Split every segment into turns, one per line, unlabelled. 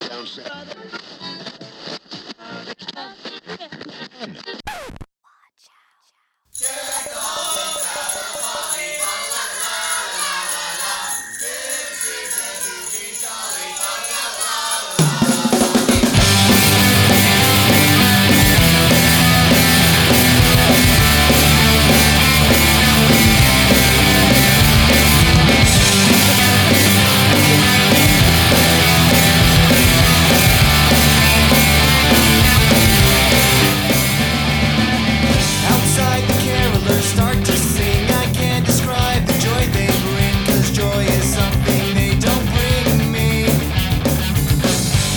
Down south.
Outside, the carolers start to sing. I can't describe the joy they bring, 'cause joy is something they don't bring me.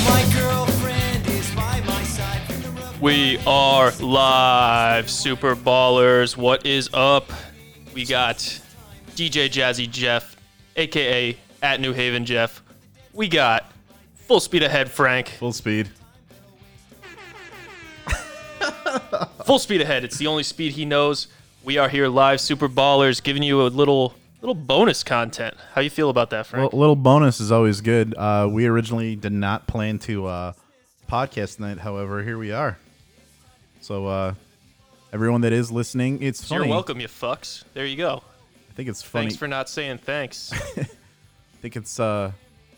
My girlfriend is by my side from the rough.
We are live, Super Ballers. What is up? We got DJ Jazzy Jeff, aka at New Haven Jeff. We got Full Speed Ahead Frank.
Full speed.
Full Speed Ahead. It's the only speed he knows. We are here live, Super Ballers, giving you a little little bonus content. How you feel about that, Frank?
Well, little bonus is always good. Uh, we originally did not plan to uh, podcast night, however, here we are. So uh, everyone that is listening, it's funny.
You're welcome, you fucks. There you go.
I think it's funny.
Thanks for not saying thanks.
I think it's uh,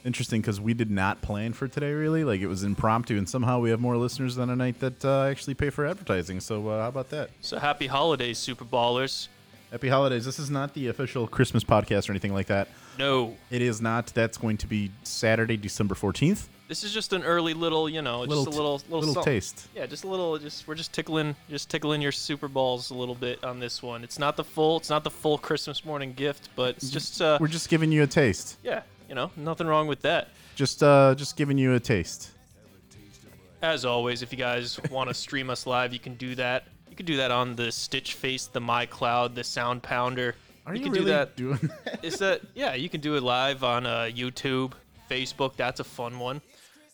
interesting because we did not plan for today. Really, like it was impromptu, and somehow we have more listeners than a night that uh, actually pay for advertising. So uh, how about that?
so happy holidays, Super Ballers.
Happy holidays. This is not the official Christmas podcast or anything like that.
No.
It is not. That's going to be Saturday, December fourteenth.
This is just an early little, you know,
Little
just
t-
a little little,
little
something.
taste.
Yeah, just a little. Just we're just tickling, just tickling your super balls a little bit on this one. It's not the full, it's not the full Christmas morning gift, but it's just, uh,
We're just giving you a taste.
yeah, you know, nothing wrong with that.
Just uh just giving you a taste.
As always, if you guys want to stream us live, you can do that. You can do that on the Stitch Face, the MyCloud, the Sound Pounder. you can do that.
doing that?
Is that yeah? You can do it live on uh, YouTube, Facebook. That's a fun one.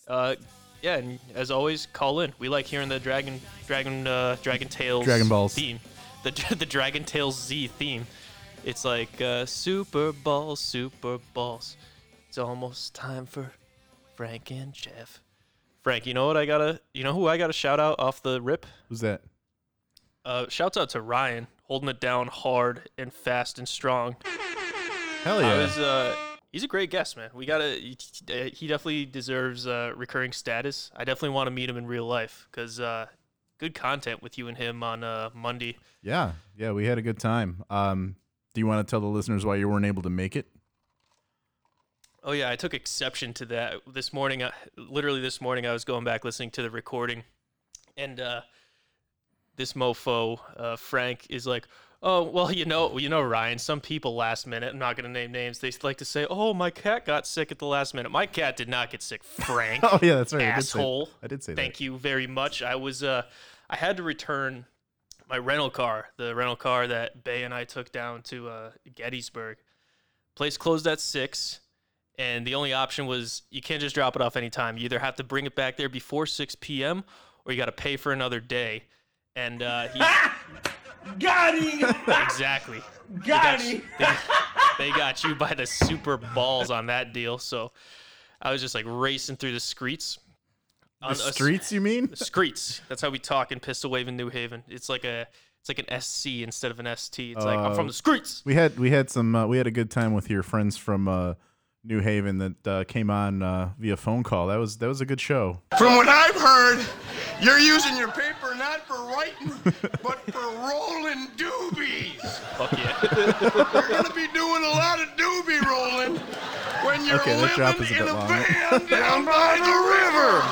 Uh, yeah, and as always, call in. We like hearing the Dragon, Dragon, uh, Dragon Tales,
Dragon Balls.
theme, the the Dragon Tales Z theme. It's like uh, Super Balls, Super Balls. It's almost time for Frank and Jeff. Frank, you know what I gotta? You know who I gotta shout out off the rip?
Who's that?
Uh, shouts out to Ryan, holding it down hard and fast and strong.
Hell
I
yeah.
was, uh, he's a great guest, man. We gotta. He definitely deserves uh, recurring status. I definitely want to meet him in real life because uh, good content with you and him on uh, Monday.
yeah. Yeah, we had a good time. Um do you want to tell the listeners why you weren't able to make it?
Oh yeah, I took exception to that this morning. I, literally this morning, I was going back listening to the recording, and uh, this mofo uh, Frank is like, "Oh well, you know, you know, Ryan. Some people last minute. I'm not gonna name names. They like to say, oh, my cat got sick at the last minute. My cat did not get sick, Frank.
Oh yeah, that's right. I did say-
asshole.
I did say, that.
Thank you very much. I was uh, I had to return my rental car, the rental car that Bay and I took down to uh, Gettysburg. Place closed at six, and the only option was you can't just drop it off anytime. You either have to bring it back there before six p.m. or you got to pay for another day. And uh, he, exactly, They got you- they, they got you by the super balls on that deal. So I was just like racing through the streets.
The streets you mean?
Screets. That's how we talk in Pistol Wave in New Haven. It's like a it's like an SC instead of an ST. It's like I'm from the streets.
Oh. We had we had some uh, we had a good time with your friends from uh New Haven that uh, came on uh, via phone call. That was that was a good show.
From what I've heard, you're using your paper not for writing, but for rolling doobies.
Fuck yeah.
You're gonna be doing a lot of doobie rolling when you're
Okay, that drop
living
is a
in
bit
a
long.
van down by the river.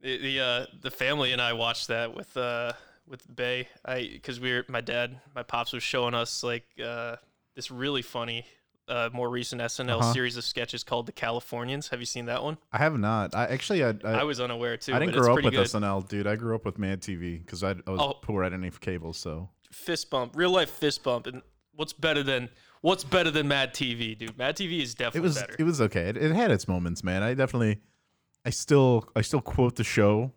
the the, uh, the family and I watched that with uh with Bay. I because we were my dad, my pops was showing us like uh this really funny uh more recent SNL
Uh-huh.
series of sketches called The Californians. Have you seen that one?
I have not. I actually I I,
I was unaware too.
I
but
didn't
it's
grow up
pretty
with
good.
SNL, dude. I grew up with Mad TV because I, I was
Oh.
poor. I didn't have cable, so
fist bump, real life fist bump, and what's better than what's better than Mad TV, dude? Mad TV is
it
definitely
was
better.
it was okay. It, it had its moments, man. I definitely, I still I still quote the show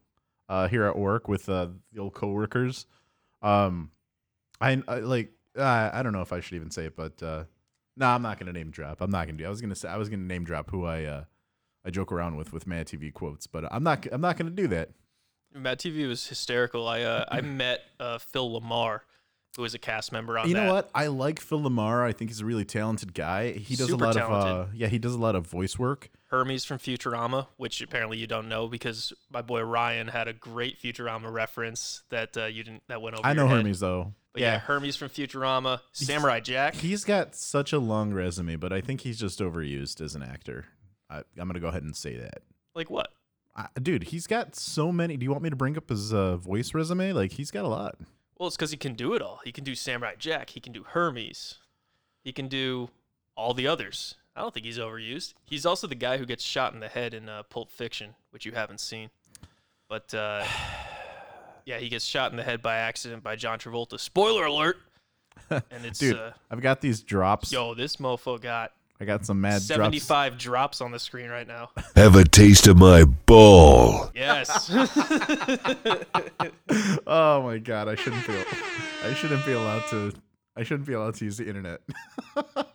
uh, here at work with uh, the old coworkers. Um, I, I like uh, I don't know if I should even say it, but uh, no, I'm not gonna name drop. I'm not gonna do. I was gonna say I was gonna name drop who I uh, I I joke around with with Mad TV quotes, but I'm not I'm not gonna do that.
Matt TV was hysterical. I uh, I met uh, Phil Lamar, who was a cast member on
You
that.
know what? I like Phil Lamar. I think he's a really talented guy. He does
Super
a lot of uh,
talented.
yeah, he does a lot of voice work.
Hermes from Futurama, which apparently you don't know because my boy Ryan had a great Futurama reference that uh, you didn't that went over.
I
your
know
head.
Hermes though.
But yeah. Hermes from Futurama, Samurai Jack.
He's got such a long resume, but I think he's just overused as an actor. I, I'm gonna go ahead and say that.
like what?
I, dude, he's got so many. Do you want me to bring up his uh, voice resume? Like he's got a lot.
Well, it's because he can do it all. He can do Samurai Jack. He can do Hermes. He can do all the others. I don't think he's overused. He's also the guy who gets shot in the head in uh, Pulp Fiction, which you haven't seen. But uh, yeah, he gets shot in the head by accident by John Travolta. Spoiler alert! And it's
Dude,
uh,
I've got these drops.
yo, this mofo got
I got some mad drops.
seventy-five drops on the screen right now.
Have a taste of my ball.
Yes,
Oh my god, I shouldn't feel. I shouldn't be allowed to. I shouldn't be allowed to use the internet. oh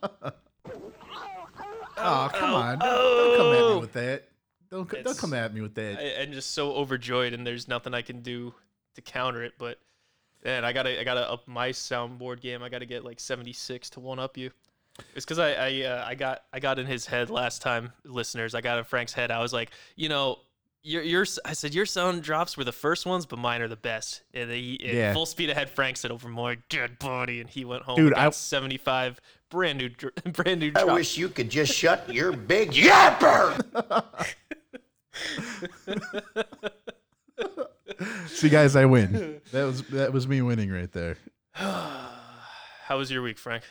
come on! Don't, don't come at me with that. Don't co- don't
Oh, It's-
come at me with that.
I, I'm just so overjoyed, and there's nothing I can do to counter it. But man, I gotta I gotta up my soundboard game. I gotta get like 76 to one up you. It's because I I, uh, I got I got in his head last time, listeners. I got in Frank's head. I was like, you know. Your, your, s- I said your sound drops were the first ones, but mine are the best. And he, and
Yeah.
full speed ahead. Frank said over more dead body, and he went home.
Dude,
and got
I-
75 brand new, dr- brand new.
I
drops.
wish you could just shut your big yapper.
See, guys, I win. That was that was me winning right there.
How was your week, Frank?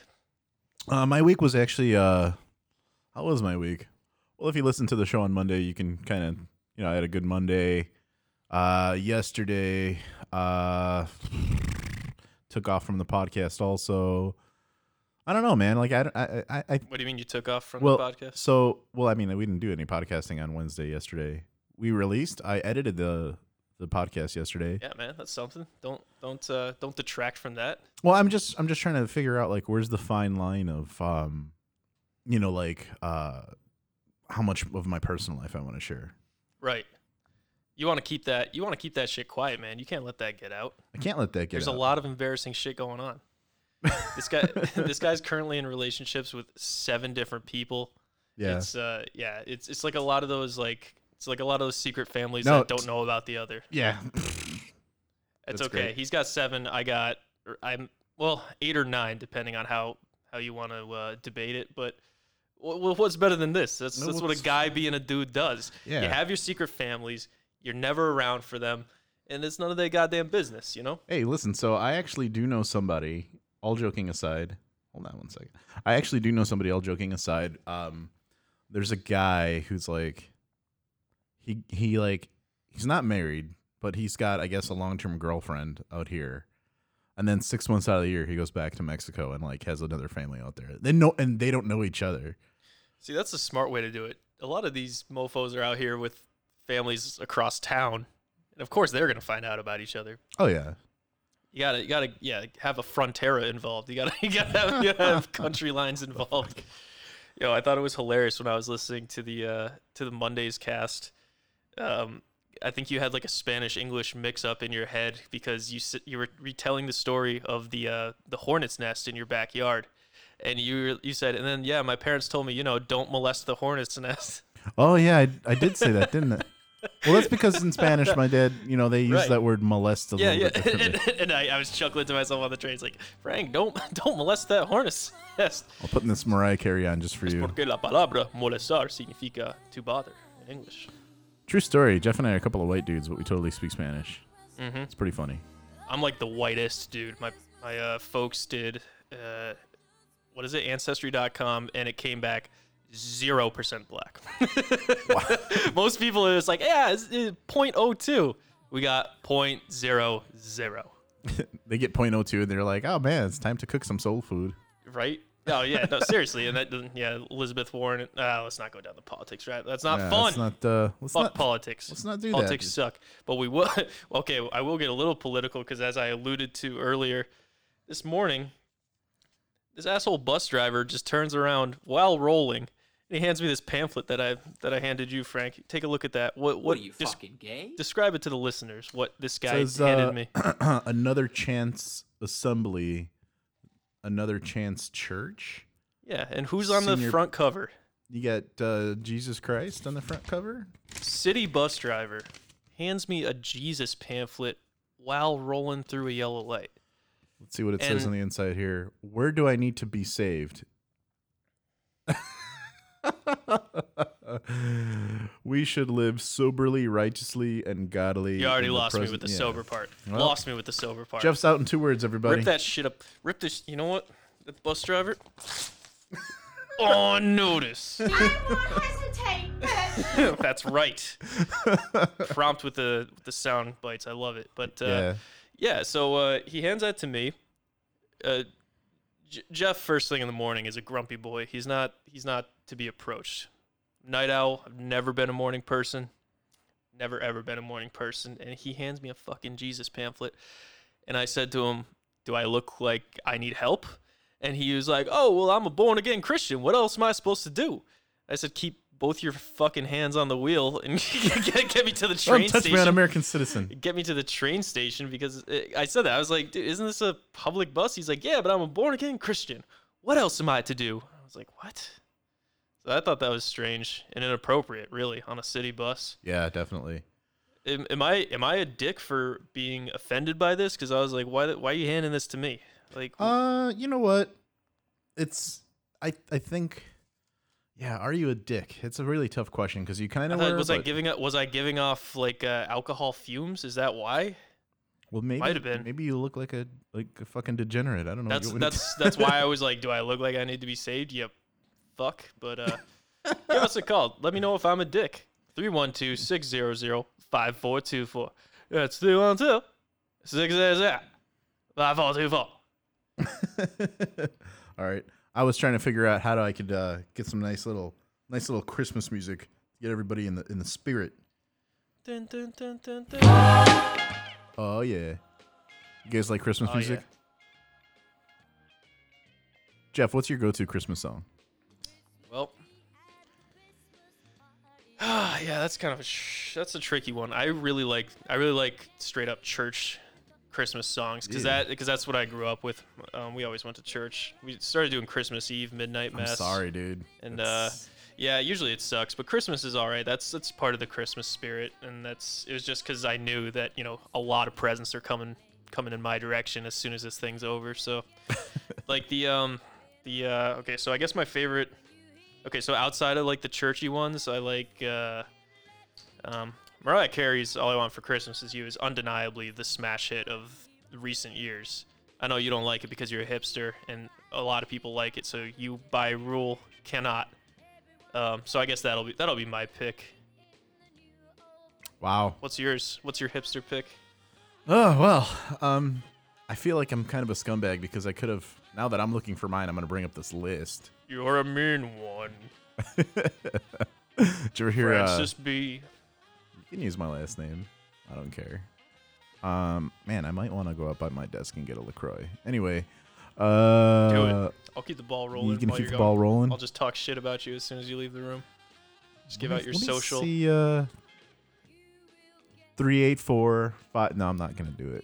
Uh, my week was actually. Uh, how was my week? Well, if you listen to the show on Monday, you can kind of you know I had a good Monday. Uh, yesterday, uh, took off from the podcast. Also, I don't know, man. Like I, don't- I, I, I
What do you mean you took off from
well,
the podcast?
so well. I mean, we didn't do any podcasting on Wednesday yesterday. We released. I edited the the podcast yesterday.
Yeah, man, that's something. Don't don't uh, don't detract from that.
Well, I'm just I'm just trying to figure out like where's the fine line of um you know like uh how much of my personal life I want to share.
Right. You want to keep that. You want to keep that shit quiet, man. You can't let that get out.
I can't let that get
There's
out.
a lot of embarrassing shit going on. this guy, this guy's currently in relationships with seven different people.
Yeah.
It's uh, yeah. It's it's like a lot of those like it's like a lot of those secret families
No,
that don't know about the other.
yeah.
It's
That's
okay.
great.
He's got seven. I got or I'm well eight or nine, depending on how how you want to uh, debate it. But wh- wh- what's better than this? That's
No,
that's what a
what's-
guy being a dude does. You
Yeah.
have your secret families. You're never around for them, and it's none of their goddamn business. You know.
Hey, listen, so I actually do know somebody, all joking aside. Hold on one second. I actually do know somebody, all joking aside. Um there's a guy who's like he he like he's not married, but he's got I guess a long-term girlfriend out here. And then 6 months out of the year he goes back to Mexico and like has another family out there. They know and they don't know each other.
See, that's a smart way to do it. A lot of these mofo's are out here with families across town, and of course they're gonna find out about each other.
Oh yeah.
You gotta, you gotta, yeah, have a frontera involved. You gotta, you gotta have, you gotta have country lines involved. Yo, I thought it was hilarious when I was listening to the uh, to the Mondays cast. Um, I think you had like a Spanish English mix up in your head because you s- you were retelling the story of the uh, the hornet's nest in your backyard, and you were- you said, and then yeah, my parents told me you know don't molest the hornet's nest.
Oh yeah, I, I did say that, didn't I? Well, that's because in Spanish my dad, you know, they use
Right.
that word molest a
yeah,
little
yeah,
bit differently.
and, and I, I was chuckling to myself on the train. It's like Frank, don't don't molest that hornet's nest.
I'll put in this Mariah Carey on just for you.
Porque la palabra molestar significa to bother in English.
True story. Jeff and I are a couple of white dudes, but we totally speak Spanish.
Mm-hmm.
It's pretty funny.
I'm like the whitest dude. My my uh, folks did uh, what is it ancestry.com and it came back 0% black. Most people it's like, yeah, it's, it's 0.02. We got 0.00.
They get 0.02 and they're like, oh man, it's time to cook some soul food.
right? Oh yeah, no seriously, and that doesn't. Yeah, Elizabeth Warren. Uh, let's not go down the politics, right? That's not
Yeah,
fun.
Let's not, uh, let's
Fuck
not-
politics.
let's not do that.
politics suck. But we will. okay, I will get a little political because, as I alluded to earlier, this morning, this asshole bus driver just turns around while rolling And he hands me this pamphlet that I that I handed you, Frank. Take a look at that. What what,
What are you
des-
fucking gay?
describe it to the listeners? What this guy
Says,
handed
uh,
me.
another chance assembly, another chance church.
Yeah, and who's on the
senior-
front cover?
You got uh, Jesus Christ on the front cover.
City bus driver hands me a Jesus pamphlet while rolling through a yellow light.
Let's see what it says
And-
on the inside here. Where do I need to be saved? we should live soberly, righteously, and godly.
You already
in the
lost me
present-
with the
yeah.
sober part.
Well,
lost me with the sober part.
Jeff's out in two words, everybody.
Rip that shit up. Rip this. You know what? The bus driver. On notice.
I won't hesitate, but
That's right. Prompt with the with the sound bites. I love it. But uh,
yeah.
yeah. so uh, he hands that to me. Uh, J- Jeff, first thing in the morning, is a grumpy boy. He's not. He's not to be approached. Night owl. I've never been a morning person. Never ever been a morning person. And he hands me a fucking Jesus pamphlet. And I said to him, "Do I look like I need help?" And he was like, "Oh well, I'm a born again Christian. What else am I supposed to do?" I said, "Keep both your fucking hands on the wheel and get, get me to the train
Don't touch
station."
me on American Citizen.
get me to the train station because uh, I said that. I was like, dude, isn't this a public bus? He's like, yeah, but I'm a born again Christian. What else am I to do? I was like, what? So I thought that was strange and inappropriate, really, on a city bus.
Yeah, definitely.
Am, am I am I a dick for being offended by this? Because I was like, why the- why are you handing this to me? Like,
Uh, you know what? It's I I think yeah, are you a dick? It's a really tough question because you kind
I
of
thought,
were.
was I
but-
giving up? Was I giving off like uh, alcohol fumes? Is that why?
well, maybe
might have been.
maybe you look like a like a fucking degenerate. I don't know.
That's
You wouldn't-
that's that's why I was like, do I look like I need to be saved? Yep. Fuck. But uh give us a call. Let me know if I'm a dick. 312-600-5424. That's 312 600 5424.
All right. I was trying to figure out how do I could uh, get some nice little nice little Christmas music, get everybody in the in the spirit.
Dun, dun, dun, dun, dun.
Oh yeah. You guys like Christmas
Oh,
music?
yeah.
Jeff, what's your go-to Christmas song?
Well. Ah, yeah, that's kind of a sh- that's a tricky one. I really like I really like straight up church Christmas songs because that because that's what I grew up with. Um, we always went to church. We started doing Christmas Eve midnight mass.
I'm sorry, dude.
And uh,
It's-
yeah, usually it sucks, but Christmas is all right. That's that's part of the Christmas spirit, and that's it was just because I knew that you know a lot of presents are coming coming in my direction as soon as this thing's over. So, like the um the uh, okay, so I guess my favorite. Okay, so outside of like the churchy ones, I like uh, um, Mariah Carey's "All I Want for Christmas Is You" is undeniably the smash hit of recent years. I know you don't like it because you're a hipster, and a lot of people like it, so you by rule cannot. Um, so I guess that'll be that'll be my pick.
wow.
What's yours? What's your hipster pick?
Oh well, um, I feel like I'm kind of a scumbag because I could have. Now that I'm looking for mine, I'm gonna bring up this list.
You're a mean one,
Did you ever hear? Uh,
Francis B.
you can use my last name. I don't care. Um, man, I might want to go up by my desk and get a Lacroix. Anyway, uh,
Do it. I'll keep the ball rolling.
you can
while
keep
you're
the
gone.
ball rolling.
I'll just talk shit about you as soon as you leave the room. Just give
Let
out
me-
your
let me
social.
See, uh, three eight four five. No, I'm not gonna do it.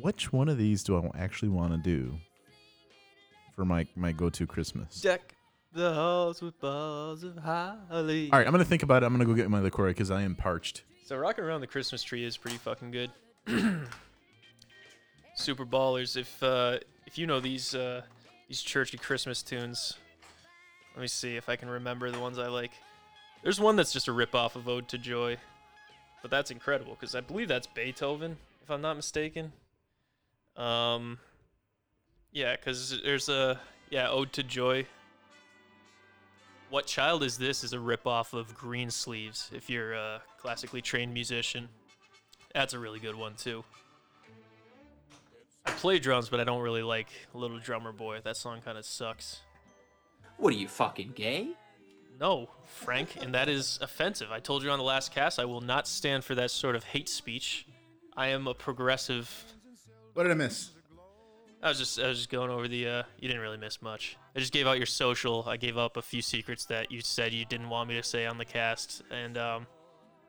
Which one of these do I actually want to do for my my go to Christmas?
Deck the halls with balls of holly.
All right, I'm gonna think about it. I'm gonna go get my LaCroix because I am parched.
So rocking around the Christmas tree is pretty fucking good. Super ballers, if uh, if you know these uh, these churchy Christmas tunes, let me see if I can remember the ones I like. There's one that's just a ripoff of Ode to Joy, but that's incredible because I believe that's Beethoven, if I'm not mistaken. Um, yeah, because there's a yeah Ode to Joy. What Child Is This is a ripoff of Green Sleeves. If you're a classically trained musician, that's a really good one too. I play drums, but I don't really like Little Drummer Boy. That song kind of sucks.
What are you fucking gay?
No, Frank, and that is offensive. I told you on the last cast, I will not stand for that sort of hate speech. I am a progressive.
What did I miss?
I was just, I was just going over the. Uh, you didn't really miss much. I just gave out your social. I gave up a few secrets that you said you didn't want me to say on the cast, and um,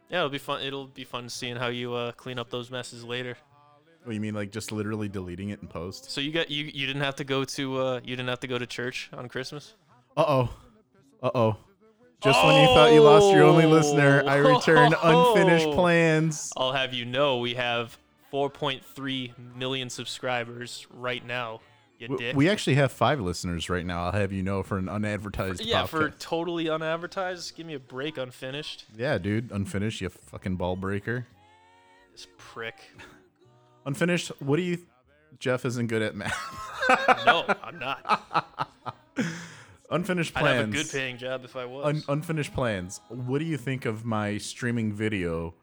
yeah, it'll be fun. It'll be fun seeing how you uh, clean up those messes later.
What, Oh, you mean like just literally deleting it in post?
So you got you you didn't have to go to uh, you didn't have to go to church on Christmas.
Uh oh. Uh oh. Just when you thought you lost your only listener, I return unfinished
Oh.
plans.
I'll have you know we have 4.3 million subscribers right now. You
W-
dick.
We actually have five listeners right now. I'll have you know for an unadvertised.
yeah, for
podcast.
totally unadvertised. Give me a break, unfinished.
yeah, dude. Unfinished, you fucking ball breaker.
This prick.
Unfinished. What do you? Jeff isn't good at math.
No, I'm not.
unfinished
I'd
plans.
have a good paying job if I was.
Un- unfinished plans. What do you think of my streaming video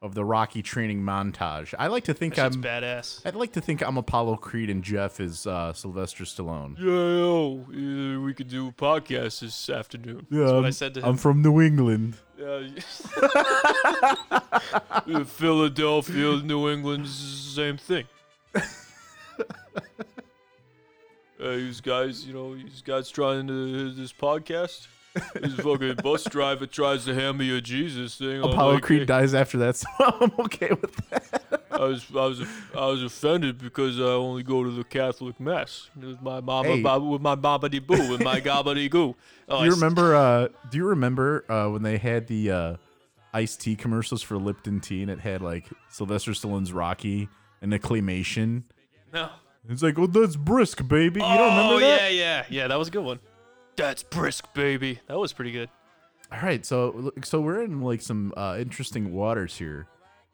of the Rocky training montage? I like to think
That shit's
I'm.
badass.
I'd like to think I'm Apollo Creed and Jeff is uh, Sylvester Stallone.
Yo, uh, we could do a podcast this afternoon.
Yeah,
That's what
I'm-
I said to
I'm
him.
from New England.
Uh, Philadelphia, New England, same thing. Uh, these guys, you know, these guys trying to this podcast. This fucking bus driver tries to hand me a Jesus thing. I'm
Apollo
like,
Creed
"Hey,
dies after that, so I'm okay with that.
I was, I was, I was offended because I only go to the Catholic mass. It was my mama,
Hey.
bab- with my babadi boo, with my gobbity goo. Oh,
Do
I
you
s-
remember? Uh, do you remember uh, when they had the uh, iced tea commercials for Lipton tea, and it had like Sylvester Stallone's Rocky and the claymation?
No.
It's like, well, that's brisk, baby. You don't remember
oh
that?
yeah, yeah, yeah. That was a good one. That's brisk, baby. That was pretty good.
All right, so so we're in like some uh, interesting waters here,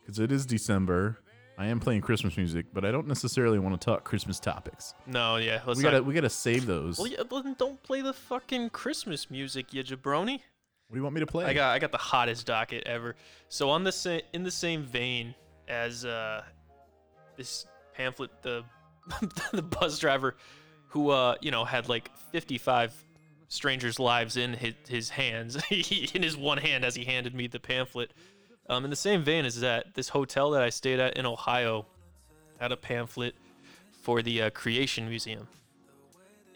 because it is December. I am playing Christmas music, but I don't necessarily want to talk Christmas topics.
No, yeah. Let's
we
not.
gotta we gotta save those.
Well, yeah, but don't play the fucking Christmas music, you jabroni.
What do you want me to play?
I got I got the hottest docket ever. So on the sa- in the same vein as uh, this pamphlet, the the bus driver who uh you know had like 55 strangers' lives in his, his hands in his one hand as he handed me the pamphlet. Um, in the same vein as that, this hotel that I stayed at in Ohio had a pamphlet for the uh, Creation Museum.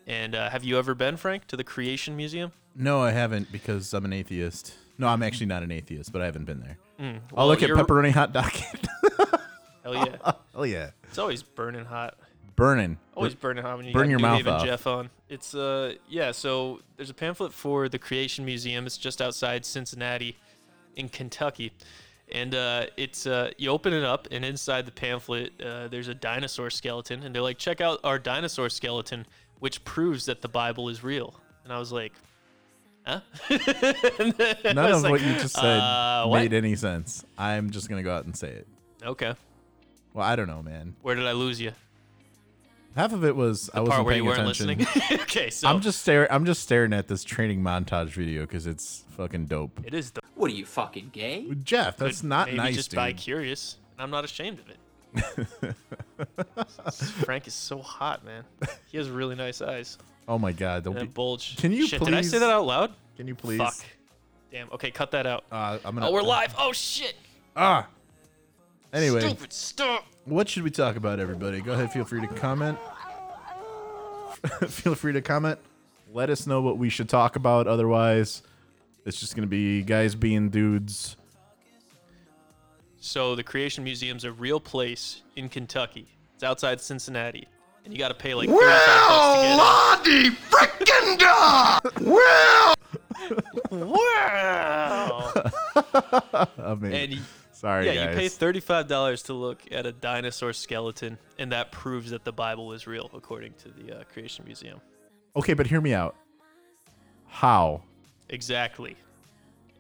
And uh, have you ever been, Frank, to the Creation Museum?
No, I haven't because I'm an atheist. No, I'm actually not an atheist, but I haven't been there. I'll
Mm. well,
look at
you're-
pepperoni hot docket.
Hell yeah.
oh yeah,
It's always burning hot.
burning.
Always burning hot when you
burn
got
your
New
mouth
Haven
off.
Jeff on. It's uh yeah. So there's a pamphlet for the Creation Museum. It's just outside Cincinnati, in Kentucky, and uh, it's uh you open it up and inside the pamphlet uh, there's a dinosaur skeleton and they're like check out our dinosaur skeleton which proves that the Bible is real. And I was like, huh? And then I
None
was
of
like,
what you just said
uh, what?
made any sense. I'm just gonna go out and say it.
Okay,
Well, I don't know, man.
where did I lose you?
Half of it was I wasn't
Part where
paying
you weren't
attention.
listening. okay, so
I'm just staring. I'm just staring at this training montage video because it's fucking dope.
it is the
What are you fucking gay?
Jeff, that's not
maybe
nice,
just
dude.
bi curious, and I'm not ashamed of it. Frank is so hot, man. He has really nice eyes
oh my god, don't
and a
be.
bulge.
Can you
Shit, Did I say
please-
that out loud?
Can you please?
Fuck. Damn. Okay, cut that out.
Uh, I'm gonna.
oh, we're live. Oh shit.
Ah. Anyway,
Stupid. Stop.
what should we talk about, everybody? Go ahead, feel free to comment. feel free to comment. Let us know what we should talk about. Otherwise, it's just gonna be guys being dudes.
So the Creation Museum's a real place in Kentucky. It's outside Cincinnati, and you got to pay like $35 bucks to get in.
Lottie frickin' da! Well,
Wow.
Amazing.
and you,
Sorry,
yeah,
guys.
you pay thirty-five dollars to look at a dinosaur skeleton, and that proves that the Bible is real, according to the uh, Creation Museum.
okay, but hear me out. How?
Exactly.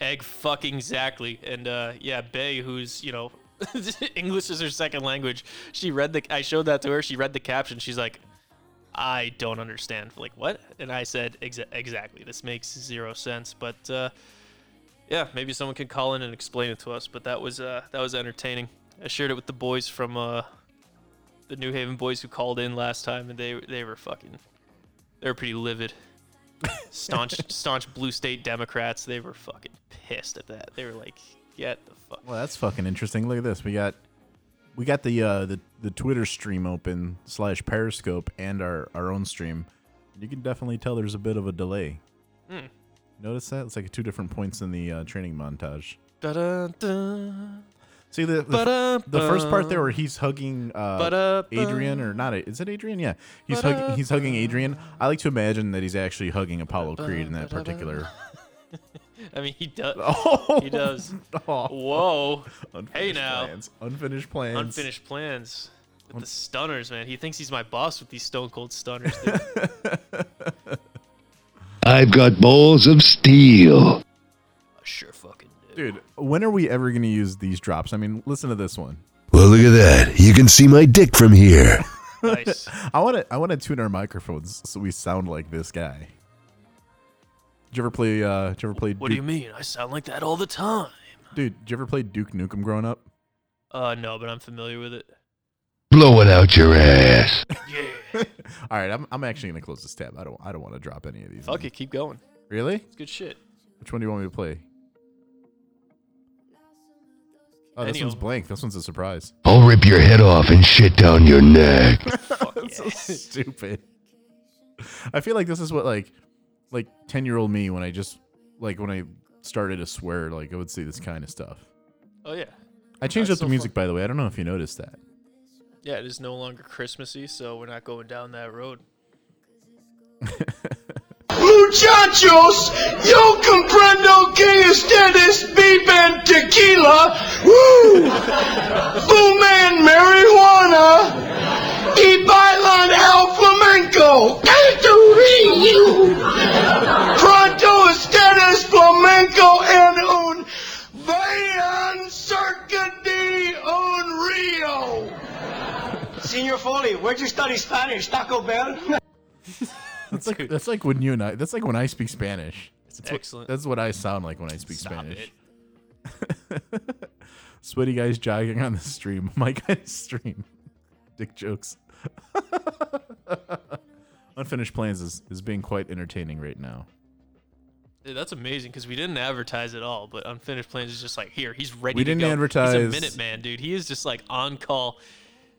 Egg fucking exactly. And uh, yeah, Bay, who's you know, English is her second language. She read the. I showed that to her. She read the caption. She's like, I don't understand. Like what? And I said, Exa- exactly. This makes zero sense. But uh, yeah, maybe someone can call in and explain it to us. But that was uh, that was entertaining. I shared it with the boys from uh, the New Haven boys who called in last time, and they they were fucking, they were pretty livid. Staunch staunch blue state Democrats. They were fucking pissed at that. They were like, get the fuck.
Well, that's fucking interesting. Look at this. We got we got the uh, the the Twitter stream open slash Periscope and our our own stream, You can definitely tell there's a bit of a delay.
Hmm.
Notice that? It's like two different points in the uh, training montage.
Ba-da-da,
See, the, the, the first part there where he's hugging uh,
ba-da-ba.
Adrian, or not, is it Adrian? Yeah. He's,
Ba-da,
hugging he's hugging Adrian. I like to imagine that he's actually hugging Apollo Creed in that
ba-da-ba.
particular.
I mean, he does.
Oh!
He does.
Oh,
Whoa. hey
unfinished
now.
Plans. Unfinished plans.
Unfinished plans. With the stunners, man. He thinks he's my boss with these stone cold stunners. dude.
I've got balls of steel.
I sure fucking do.
Dude, when are we ever going to use these drops? I mean, listen to this one.
Well, look at that. You can see my dick from here.
Nice.
I want to I want to tune our microphones so we sound like this guy. Did you ever play? Uh, did you ever play?
What do you
Duke,
mean? I sound like that all the time.
dude? Did you ever play Duke Nukem growing up?
Uh, no, but I'm familiar with it.
Blow it out your ass.
Yeah.
All right, I'm, I'm actually gonna close this tab. I don't I don't want to drop any of these.
Fuck
in.
it. Keep going.
Really?
It's good shit.
Which one do you want me to play? Oh, this
Any
one's
of 'em.
blank. This one's a surprise.
I'll rip your head off and shit down your neck.
That's so stupid. I feel like this is what like like ten year old me when I just like when I started to swear like I would say this kind of stuff.
Oh yeah.
I changed
That's
up the
so
music by the way. I don't know if you noticed that.
Yeah, it is no longer Christmassy, so we're not going down that road.
Muchachos, yo comprendo que ustedes beben tequila, woo, fuman marijuana, y bailan el flamenco. Cantorillo. Pronto ustedes flamenco en un vayan cerca de un rio. Senor Foley, where'd you study Spanish? Taco Bell?
That's like that's like when you and I. That's like when I speak Spanish.
It's excellent.
That's what I sound like when I speak
Stop
Spanish.
it.
Sweaty guys jogging on the stream. My guy's stream. Dick jokes. Unfinished plans is, is being quite entertaining right now.
Dude, that's amazing because we didn't advertise at all. But unfinished plans is just like here. He's ready.
We
to
didn't
go.
advertise.
He's a minute man, dude. He is just like on call.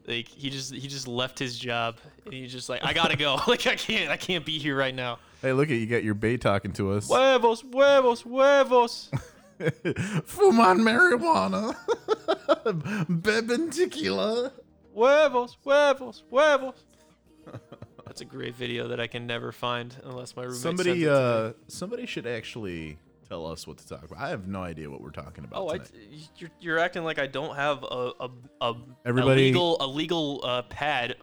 Like he just he just left his job and he's just like I gotta go. like I can't I can't be here right now.
Hey, look at you got your bay talking to us.
Huevos, huevos, huevos.
Fuman marijuana. Beben tequila.
Huevos, huevos, huevos. That's a great video that I can never find unless my roommate sends it
Somebody
to me.
uh somebody should actually tell us what to talk about. I have no idea what we're talking about.
Oh, I,
tonight.
you're, you're acting like I don't have a a, a
Everybody-
a legal, a legal uh, pad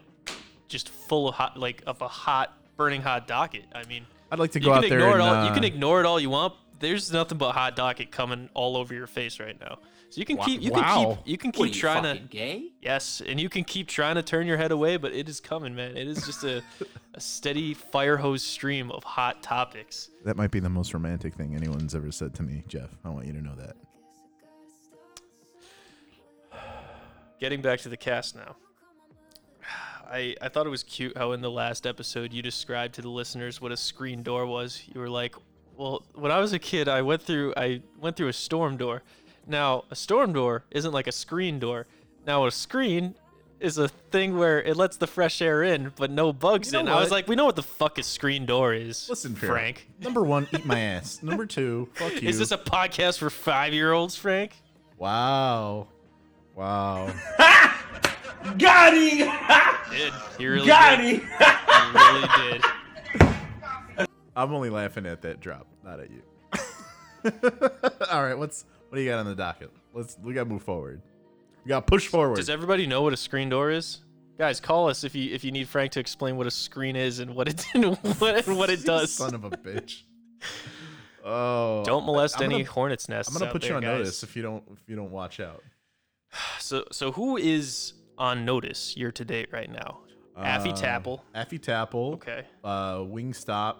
just full of hot like of a hot burning hot docket. I mean,
I'd like to
you
go
can
out
ignore
there
it
and,
all. you
uh,
can ignore it all you want. There's nothing but hot docket coming all over your face right now. So you can keep you can
wow.
keep you can keep
What are you
trying to
fucking gay?
yes, and you can keep trying to turn your head away, but it is coming, man. It is just a, a steady fire hose stream of hot topics.
That might be the most romantic thing anyone's ever said to me, Jeff. I want you to know that.
getting back to the cast now. I, I thought it was cute how in the last episode you described to the listeners what a screen door was. You were like, "Well, when I was a kid, I went through I went through a storm door. Now, a storm door isn't like a screen door. Now, a screen is a thing where it lets the fresh air in, but no bugs
know
in." I was
what?
like, "We know what the fuck a screen door is."
Listen, Farrah.
Frank.
Number one, eat my ass. Number two, fuck you.
Is this a podcast for 5-year-olds, Frank?
wow? Wow.
Got him!
Did you really
Got
did.
him!
You really did.
I'm only laughing at that drop, not at you. All right, what's what do you got on the docket? Let's we gotta move forward. We gotta push forward.
Does everybody know what a screen door is? Guys, call us if you if you need Frank to explain what a screen is and what it and what, and what it does.
Son of a bitch. Oh,
Don't molest
I'm gonna-
any hornets nests.
I'm gonna
out
put you
there,
on
guys.
notice if you don't if you don't watch out.
So so who is on notice year to date right now? Affy Tapple.
Uh, Affy Tapple.
Okay.
Uh, Wingstop.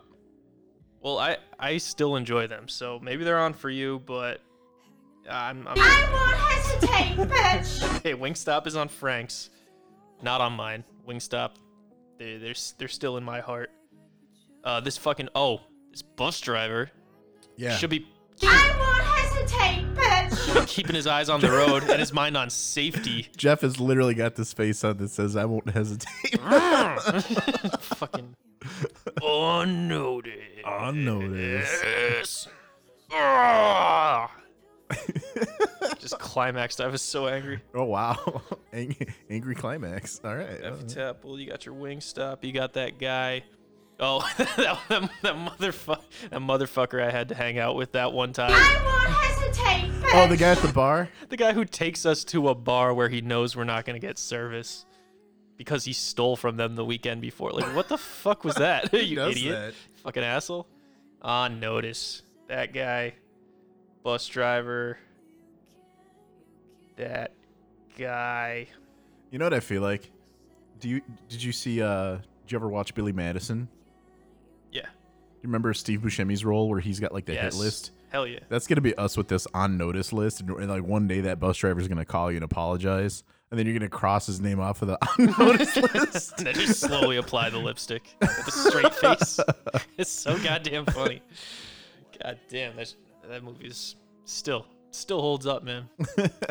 Well, I I still enjoy them, so maybe they're on for you, but I'm, I'm
I won't hesitate, bitch.
okay. Wingstop is on Frank's, not on mine. Wingstop, they they're s- they're still in my heart. Uh, this fucking oh, this bus driver
Yeah.
should be
I won't hesitate, bitch.
keeping his eyes on the road and his mind on safety. Ah.
Jeff has literally got this face on that says, "I won't hesitate."
Fucking Unnoticed.
Unnoticed.
Yes. Ah. Just climaxed. I was so angry.
Oh wow, Ang- angry climax. All right.
F Temple, you got your wing stop, you got that guy. Oh, that, that, that, motherfucker, that motherfucker I had to hang out with that one time.
I won't hesitate,
Oh,
bitch.
the guy at the bar.
The guy who takes us to a bar where he knows we're not going to get service because he stole from them the weekend before. Like, what the fuck was that? you
does
idiot.
that?
Fucking asshole. On notice. That guy. Bus driver. That guy.
You know what I feel like? Do you did you see? uh Did you ever watch Billy Madison?
Yeah.
You remember Steve Buscemi's role where he's got like the
yes.
hit list?
Hell yeah.
That's gonna be us with this on notice list, and, and, like one day that bus driver's gonna call you and apologize, and then you're gonna cross his name off of the on notice list.
and then just slowly apply the lipstick with a straight face. It's so goddamn funny. God damn, that that movie is still still holds up, man.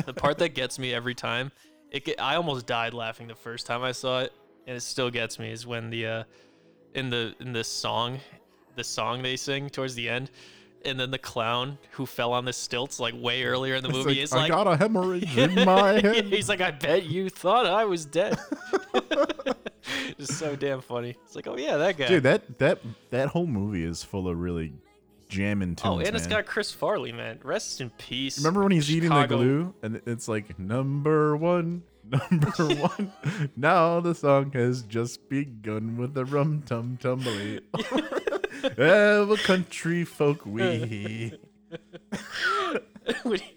the part that gets me every time, it get, I almost died laughing the first time I saw it, and it still gets me is when the uh, in the in this song, the song they sing towards the end. And then the clown who fell on the stilts like way earlier in the
It's
movie is
I
like,
got a hemorrhage in my head.
He's like, I bet you thought I was dead. Just so damn funny. It's like, oh yeah, that guy.
Dude, that that that whole movie is full of really jamming tunes.
oh, and it's
man.
got Chris Farley, man. Rest in peace.
Remember when he's eating the
Chicago.
glue and it's like number one, number one. Now the song has just begun with a rum tum tumbly. Ever country folk we
When he-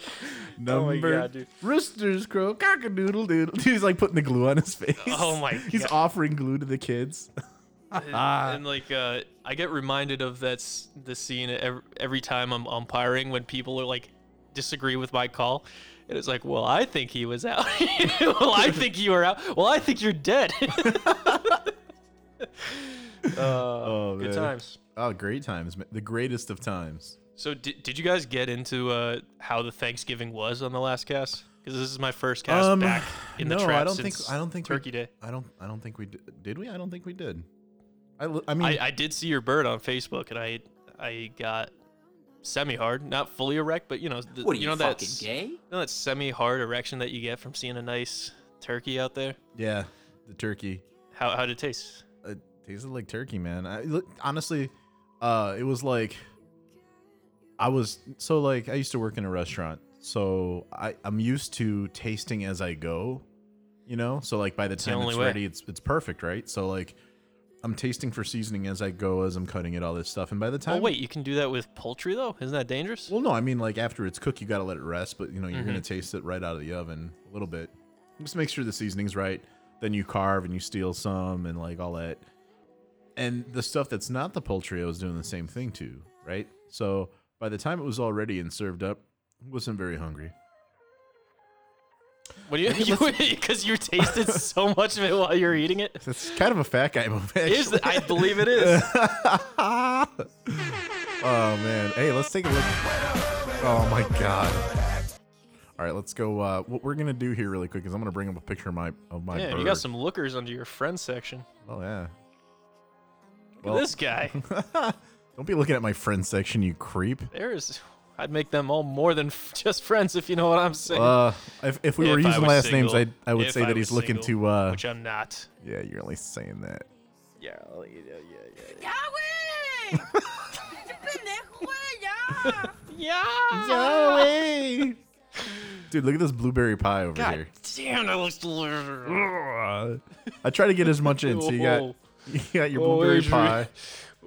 Oh my
number
God, dude.
roosters crow cock a doodle doodle. He's like putting the glue on his face.
Oh my
He's
God.
offering glue to the kids. Ah.
and like, uh, I get reminded of that s- the scene every, every time I'm umpiring when people are like disagree with my call. And it's like, well, I think he was out. well, I think you were out. Well, I think you're dead.
Oh,
Good
man.
times.
Oh, great times, man. The greatest of times.
So did, did you guys get into uh, how the Thanksgiving was on the last cast? Because this is my first cast
Um,
back in
no,
the trap
I don't think
since
I don't think we-
Turkey Day.
I don't I don't think we did. Did we? I don't think we did. I, li- I mean,
I, I did see your bird on Facebook, and I I got semi hard, not fully erect, but you know, the,
What are you,
know that
fucking gay?
you know that semi hard erection that you get from seeing a nice turkey out there.
Yeah, the turkey.
How how did it taste? Oh,
It tasted like turkey, man. I, look- honestly, uh, it was like I was so like I used to work in a restaurant, so I I'm used to tasting as I go, you know. So like by the time
only
it's
way.
ready, it's it's perfect, right? So like I'm tasting for seasoning as I go, as I'm cutting it, all this stuff, and by the time
Oh wait, you can do that with poultry though. Isn't that dangerous?
Well, no, I mean like after it's cooked, you gotta let it rest, but you know you're gonna taste it right out of the oven a little bit. Just make sure the seasoning's right. Then you carve and you steal some and like all that. And the stuff that's not the poultry, I was doing the same thing to, right? So by the time it was all ready and served up, I wasn't very hungry.
What do you because you tasted so much of it while you were eating it?
That's kind of a fat guy move.
Is
actually.
the, I believe it is.
oh man! Hey, let's take a look. Oh my god! All right, let's go. Uh, what we're gonna do here really quick is I'm gonna bring up a picture of my of my.
Yeah,
bird.
you got some lookers under your friend section.
Oh yeah.
Look at this guy.
Don't be looking at my friend section, you creep.
There is. I'd make them all more than f- just friends, if you know what I'm saying.
Uh, if, if we were
If I
using
was
last
single.
names, I I would
If
say
I
that he's
was
looking
single,
to. uh
which I'm not.
Yeah, you're only saying that. Zoe! Dude, look at this blueberry pie over here.
Damn, that looks delicious.
Ugh. I try to get as much in. So you got
Oh.
you got your
Oh,
blueberry
Adrian.
pie.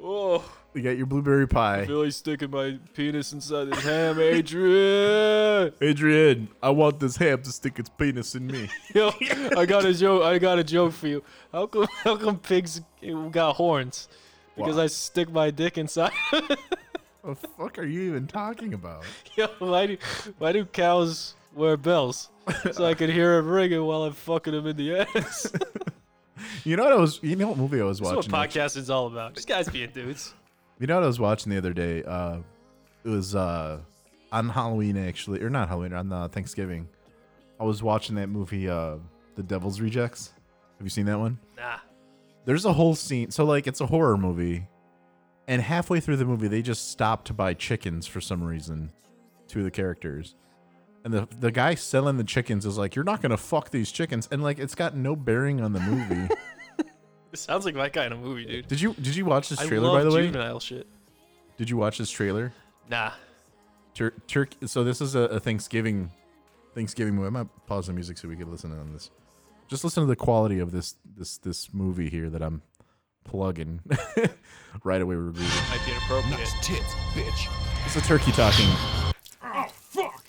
Oh,
You got your blueberry pie.
Billy's sticking my penis inside his ham, Adrian.
Adrian, I want this ham to stick its penis in me.
Yo, I got a joke. I got a joke for you. How come? How come pigs got horns? Because
Why?
I stick my dick inside.
what the fuck are you even talking about?
Yo, why do why do cows wear bells? So I can hear them ringing while I'm fucking them in the ass.
You know what I was? You know what movie I was
That's what
watching?
podcasting's all about. Just guys being dudes.
You know what I was watching the other day? Uh, it was uh, on Halloween actually, or not Halloween, on uh, Thanksgiving. I was watching that movie, uh, The Devil's Rejects. Have you seen that one?
Nah.
There's a whole scene. So like it's a horror movie, and halfway through the movie they just stopped to buy chickens for some reason to the characters. And the the guy selling the chickens is like, "You're not going to fuck these chickens." And like it's got no bearing on the movie.
This sounds like my kind of movie, dude.
did you did you watch this
I
trailer
love
by the way?
juvenile shit.
Did you watch this trailer?
Nah,
Tur- Turk. So this is a, a Thanksgiving Thanksgiving movie. I'm gonna pause the music so we can listen in on this. Just listen to the quality of this this this movie here that I'm plugging right away. We're reviewing.
might be inappropriate.
Tits, bitch.
It's a turkey talking.
Oh, fuck!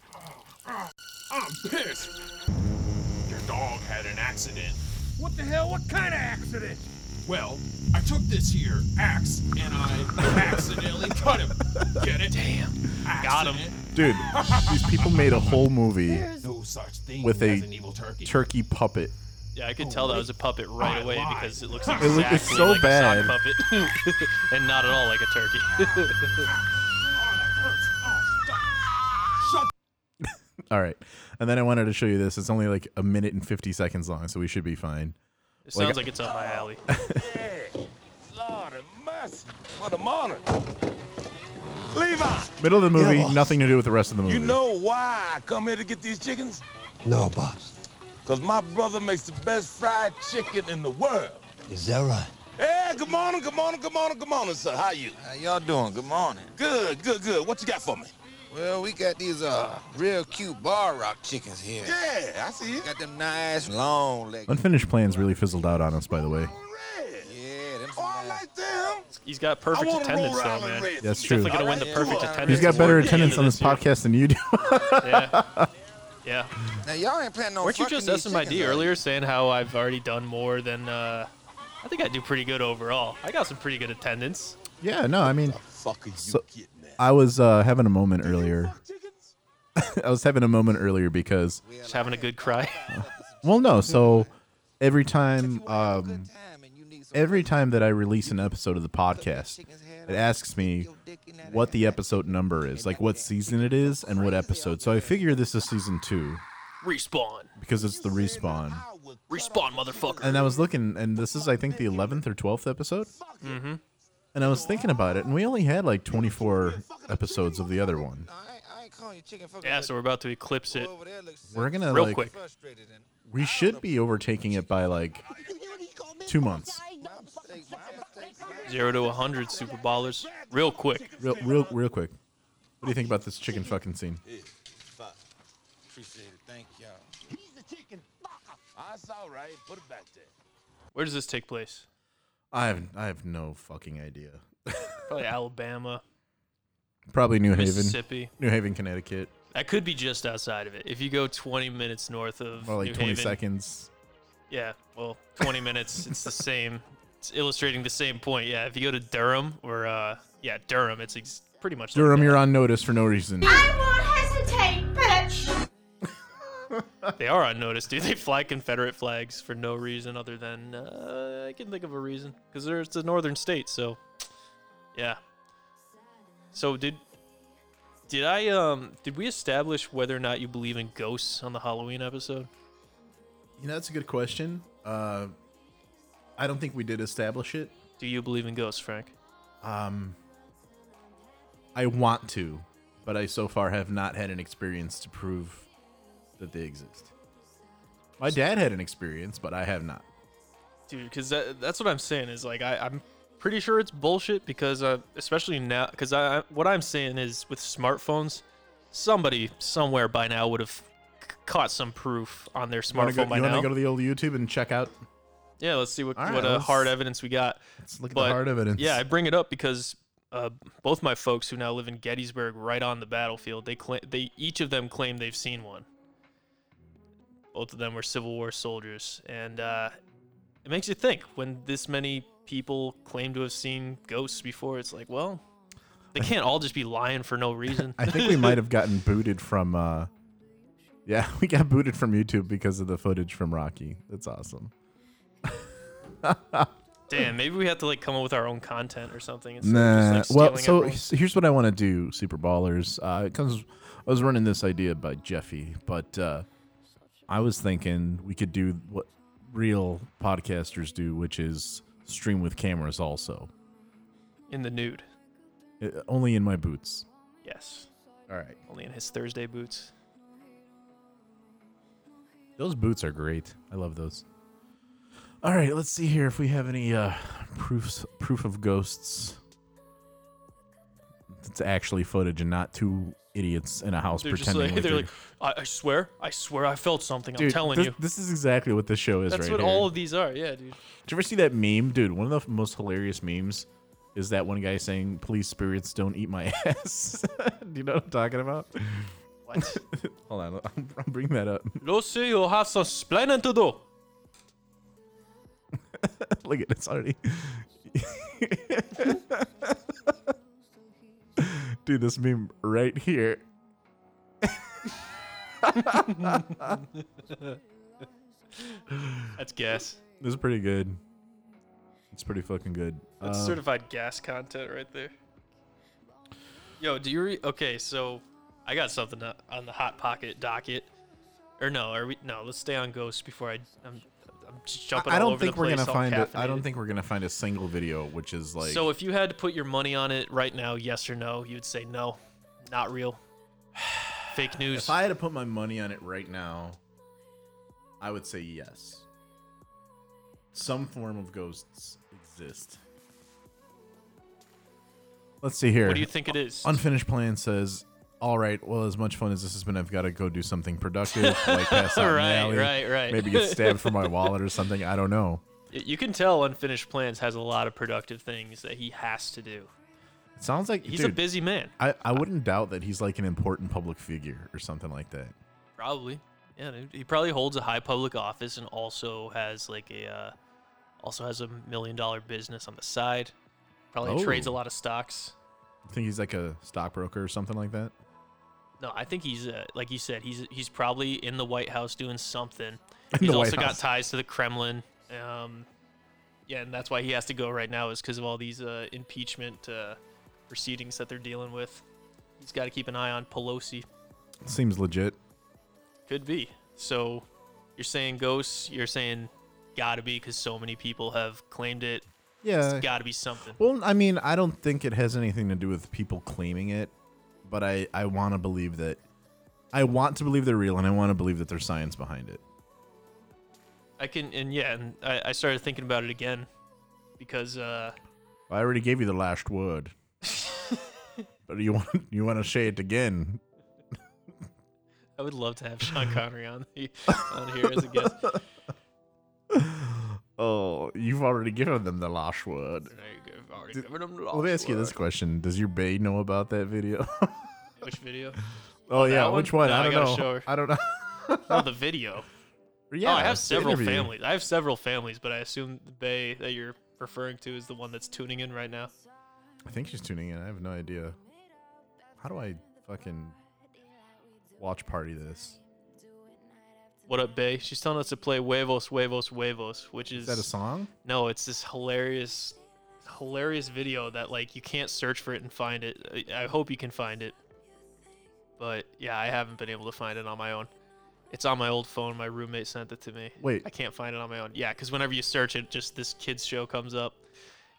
Oh, I'm pissed! Your dog had an accident. What the hell? What kind of accident? Well, I took this here axe and I accidentally cut him. Get it? Damn.
Got him.
Dude, these people made a whole movie
No such thing
With a
as an evil turkey.
turkey puppet.
Yeah, I could tell that was a puppet right
I
away
lied.
because it looks
It
exactly
look- it's so
like a
bad.
sock puppet, and not at all like a turkey.
oh, that hurts. Oh, stop. Shut
All right, and then I wanted to show you this. It's only like a minute and fifty seconds long, so we should be fine.
it sounds like it's up my alley.
Lord of mercy. What a morning. Levi,
Middle of the movie,
boss.
nothing to do with the rest of the movie.
you know why I come here to get these chickens?
No, boss.
Because my brother makes the best fried chicken in the world.
Is that right?
Hey, good morning, good morning, good morning, good morning, sir. How you?
How y'all doing? Good morning.
Good, good, good. What you got for me?
Well, we got these uh real cute bar rock chickens here.
Yeah, I see it.
Got them nice long legs.
Unfinished Plans really fizzled out on us, by the way.
Red.
Yeah, them
Oh, I
some nice.
like them.
He's got
I
perfect
want to
attendance
roll
though,
Island
man.
Red.
That's
He's
true.
Definitely gonna win the
Yeah.
perfect
He's
attendance.
He's got
award
better
at the end
attendance
of
on this
year.
podcast than you do.
Yeah, yeah.
Now y'all ain't planning on
Weren't you
fucking
just
these
SMID
chickens, are
earlier saying how I've already done more than? uh I think I do pretty good overall. I got some pretty good attendance.
yeah, no, I mean,
Fuck are you
So-
getting at?
I was uh, having a moment earlier.
Fuck chickens?
I was having a moment earlier because,
Just having a good cry.
well, no, so every
you?
time,
You wanna have a
um,
good time and you need some
every
fucking
time that I release an episode of the podcast,
chicken's head
it
on.
asks me
Your dick in that
what the
ass.
episode number is, like what season it is, and what episode. So I figure this is season two
Respawn,
because it's the respawn.
I would
respawn, motherfucker.
And I was looking, and this is I think the eleventh or twelfth episode.
Mhm.
And I was thinking about it, and we only had like twenty-four episodes of the other one.
No, I ain't, I ain't calling you chicken fucking.
Yeah, so we're about to eclipse it
over there looks
We're gonna
real
like,
quick.
frustrated and
We should be overtaking it by like two months.
Zero to a hundred, super ballers, real quick.
Real, real, real quick. What do you think about this chicken fucking scene?
appreciate it. Thank y'all.
That's Ah, all right. Put it back there.
Where does this take place?
I have, I have no fucking idea.
Probably Alabama,
Probably New Haven,
Mississippi.
New Haven, Connecticut.
That could be just outside of it. If you go 20 minutes north of
Or like
New
twenty
Haven-
seconds.
Yeah, well, 20 minutes. It's the same. It's illustrating the same point. Yeah, if you go to Durham or uh, yeah, Durham, it's ex- pretty much. like
Durham,
that.
you're on notice for no reason.
I won't hesitate, bitch.
They are on notice, dude. They fly Confederate flags for no reason other than uh, I can think of a reason because it's a northern state. So, yeah. So did did I um did we establish whether or not you believe in ghosts on the Halloween episode?
You know, that's a good question. Uh, I don't think we did establish it.
Do you believe in ghosts, Frank?
Um, I want to, but I so far have not had an experience to prove that they exist. My dad had an experience, but I have not.
dude because that, that's what i'm saying is like I, i'm pretty sure it's bullshit because uh, especially now because I, I- what i'm saying is with smartphones somebody somewhere by now would have c- caught some proof on their
You wanna
smartphone
go-
by
you wanna
now
go to the old YouTube and check out?
yeah let's see what,
All right,
what uh,
let's-
hard evidence we got
Let's look at
But,
the hard evidence.
yeah i bring it up because uh, both my folks who now live in gettysburg right on the battlefield they claim they each of them claim they've seen one both of them were civil war soldiers and uh, it makes you think when this many people claim to have seen ghosts before it's like well they can't all just be lying for no reason
I think we might have gotten booted from. Uh, yeah, we got booted from YouTube because of the footage from Rocky. That's awesome.
damn maybe we have to like come up with our own content or something instead
Nah.
of just, like,
well,
stealing
so
everyone's-
he- here's what I want to do, Super Ballers. Uh, it comes. I was running this idea by Jeffy, but uh, I was thinking we could do what real podcasters do, which is stream with cameras also.
in the nude.
Uh, only in my boots.
Yes.
All right.
Only in his Thursday boots.
Those boots are great. I love those. All right, let's see here if we have any uh, proofs proof of ghosts. It's actually footage and not two idiots in a house
They're just
pretending.
like,
like
they're like, I, I swear, I swear, I felt something. I'm
Dude,
telling
this,
you.
This is exactly what this show is
That's
right
what
here.
all of these are. Yeah, dude.
Did you ever see that meme, dude? One of the most hilarious memes is that one guy saying, "Please, spirits, don't eat my ass." Do you know what I'm talking about?
What?
Hold on, I'll, I'll bring that up.
Lucy, you have some splaining to do.
Look at it's already. Dude, this meme right here.
That's gas.
This is pretty good. It's pretty fucking good.
That's
Uh,
certified gas content right there. Yo, do you re- okay? So, I got something to- on the hot pocket docket, or no? Are we no? Let's stay on ghosts before I. I'm, I'm just jumping.
I
all
don't
over the
think we're
place,
gonna
all
find it. I
caffeinated.
don't think we're gonna find a single video which is like.
so if you had to put your money on it right now, yes or no, you'd say no, not real, fake news.
If I had to put my money on it right now, I would say yes. Some form of ghosts exist. Let's see here.
what do you think it is?
Unfinished Plan says, "All right, well, as much fun as this has been, I've got to go do something productive, like pass out in an
Right,
alley,
right, right.
maybe get stabbed for my wallet or something. I don't know.
Y- you can tell unfinished plans has a lot of productive things that he has to do.
It sounds like
He's a
dude,
busy man,
I, I wouldn't doubt that he's like an important public figure or something like that.
probably. Yeah, dude. he probably holds a high public office and also has like a uh, also has a million dollar business on the side. Probably trades a
Oh.
lot of stocks.
I think he's like a stockbroker or something like that.
No, I think he's uh, like you said. He's he's probably in the White House doing something.
the
He's
White
also got
House.
ties to the Kremlin. Um, yeah, and that's why he has to go right now is because of all these uh, impeachment uh, proceedings that they're dealing with. He's got to keep an eye on Pelosi.
Seems legit.
Could be. So you're saying ghosts. You're saying gotta be because so many people have claimed it.
Yeah,
It's gotta be something.
Well, I mean, I don't think it has anything to do with people claiming it, but I, I want to believe that. I want to believe they're real, and I want to believe that there's science behind it.
I can and yeah, and I, I started thinking about it again because uh,
I already gave you the last word, but you want you want to say it again?
I would love to have Sean Connery on the, on here as a guest.
Oh, you've already given them the last word. Let me ask you this question: Does your bae know about that video?
Which video?
oh yeah,
Oh, one?
which one?
No,
I
I
don't
gotta
know.
show her.
I don't know.
Oh, the video.
yeah,
oh, I have
it's the
several
interview.
families. I have several families, but I assume the bay that you're referring to is the one that's tuning in right now.
I think she's tuning in. I have no idea. How do I fucking watch party this?
What up, Bay? She's telling us to play Huevos, Huevos, Huevos, which is,
Is that a song?
no, it's this hilarious, hilarious video that like you can't search for it and find it. I, I hope you can find it, but yeah, I haven't been able to find it on my own. It's on my old phone. My roommate sent it to me.
Wait.
I can't find it on my own. Yeah, because whenever you search it, just this kids show comes up,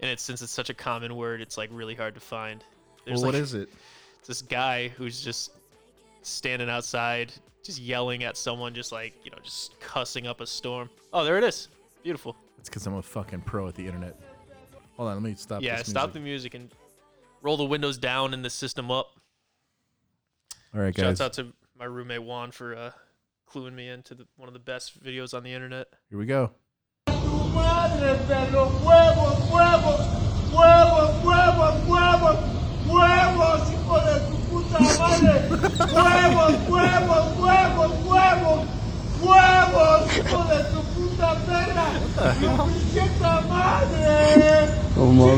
and it's since it's such a common word, it's like really hard to find. There's
Well, what
like
is it?
this guy who's just standing outside, just yelling at someone, just like you know, just cussing up a storm. Oh, there it is. Beautiful.
It's because I'm a fucking pro at the internet. Hold on, let me stop.
yeah,
this
stop
music.
the music and roll the windows down and the system up.
All right, guys.
Shouts out to my roommate Juan for uh, cluing me into the, one of the best videos on the internet.
Here we go.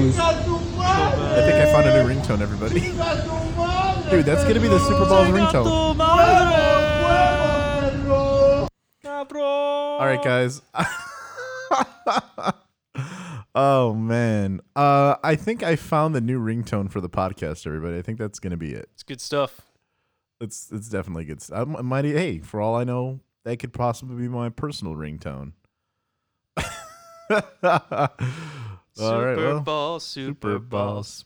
I think I found a new ringtone, everybody. Dude, that's gonna be the Super Bowl's ringtone. All right, guys. oh man, uh, I think I found the new ringtone for the podcast, everybody. I think that's gonna be it.
It's good stuff.
It's it's definitely good. St- I might hey, for all I know, that could possibly be my personal ringtone. All right,
Super
well,
Bowl, Super Balls.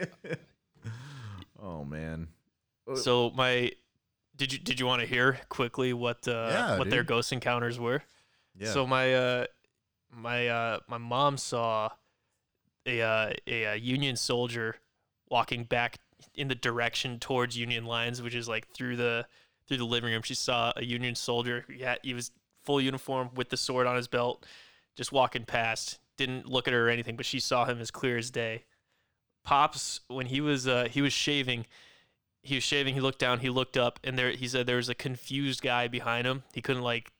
oh man.
So my did you did you want to hear quickly what uh
Yeah,
what their
dude.
ghost encounters were?
Yeah.
So my uh my uh my mom saw a uh, a uh, Union soldier walking back in the direction towards Union lines, which is like through the through the living room. She saw a Union soldier. Yeah, he was full uniform with the sword on his belt, just walking past. Didn't look at her or anything, but she saw him as clear as day. Pops, when he was uh, he was shaving, he was shaving. He looked down. He looked up, and there he said there was a confused guy behind him. He couldn't like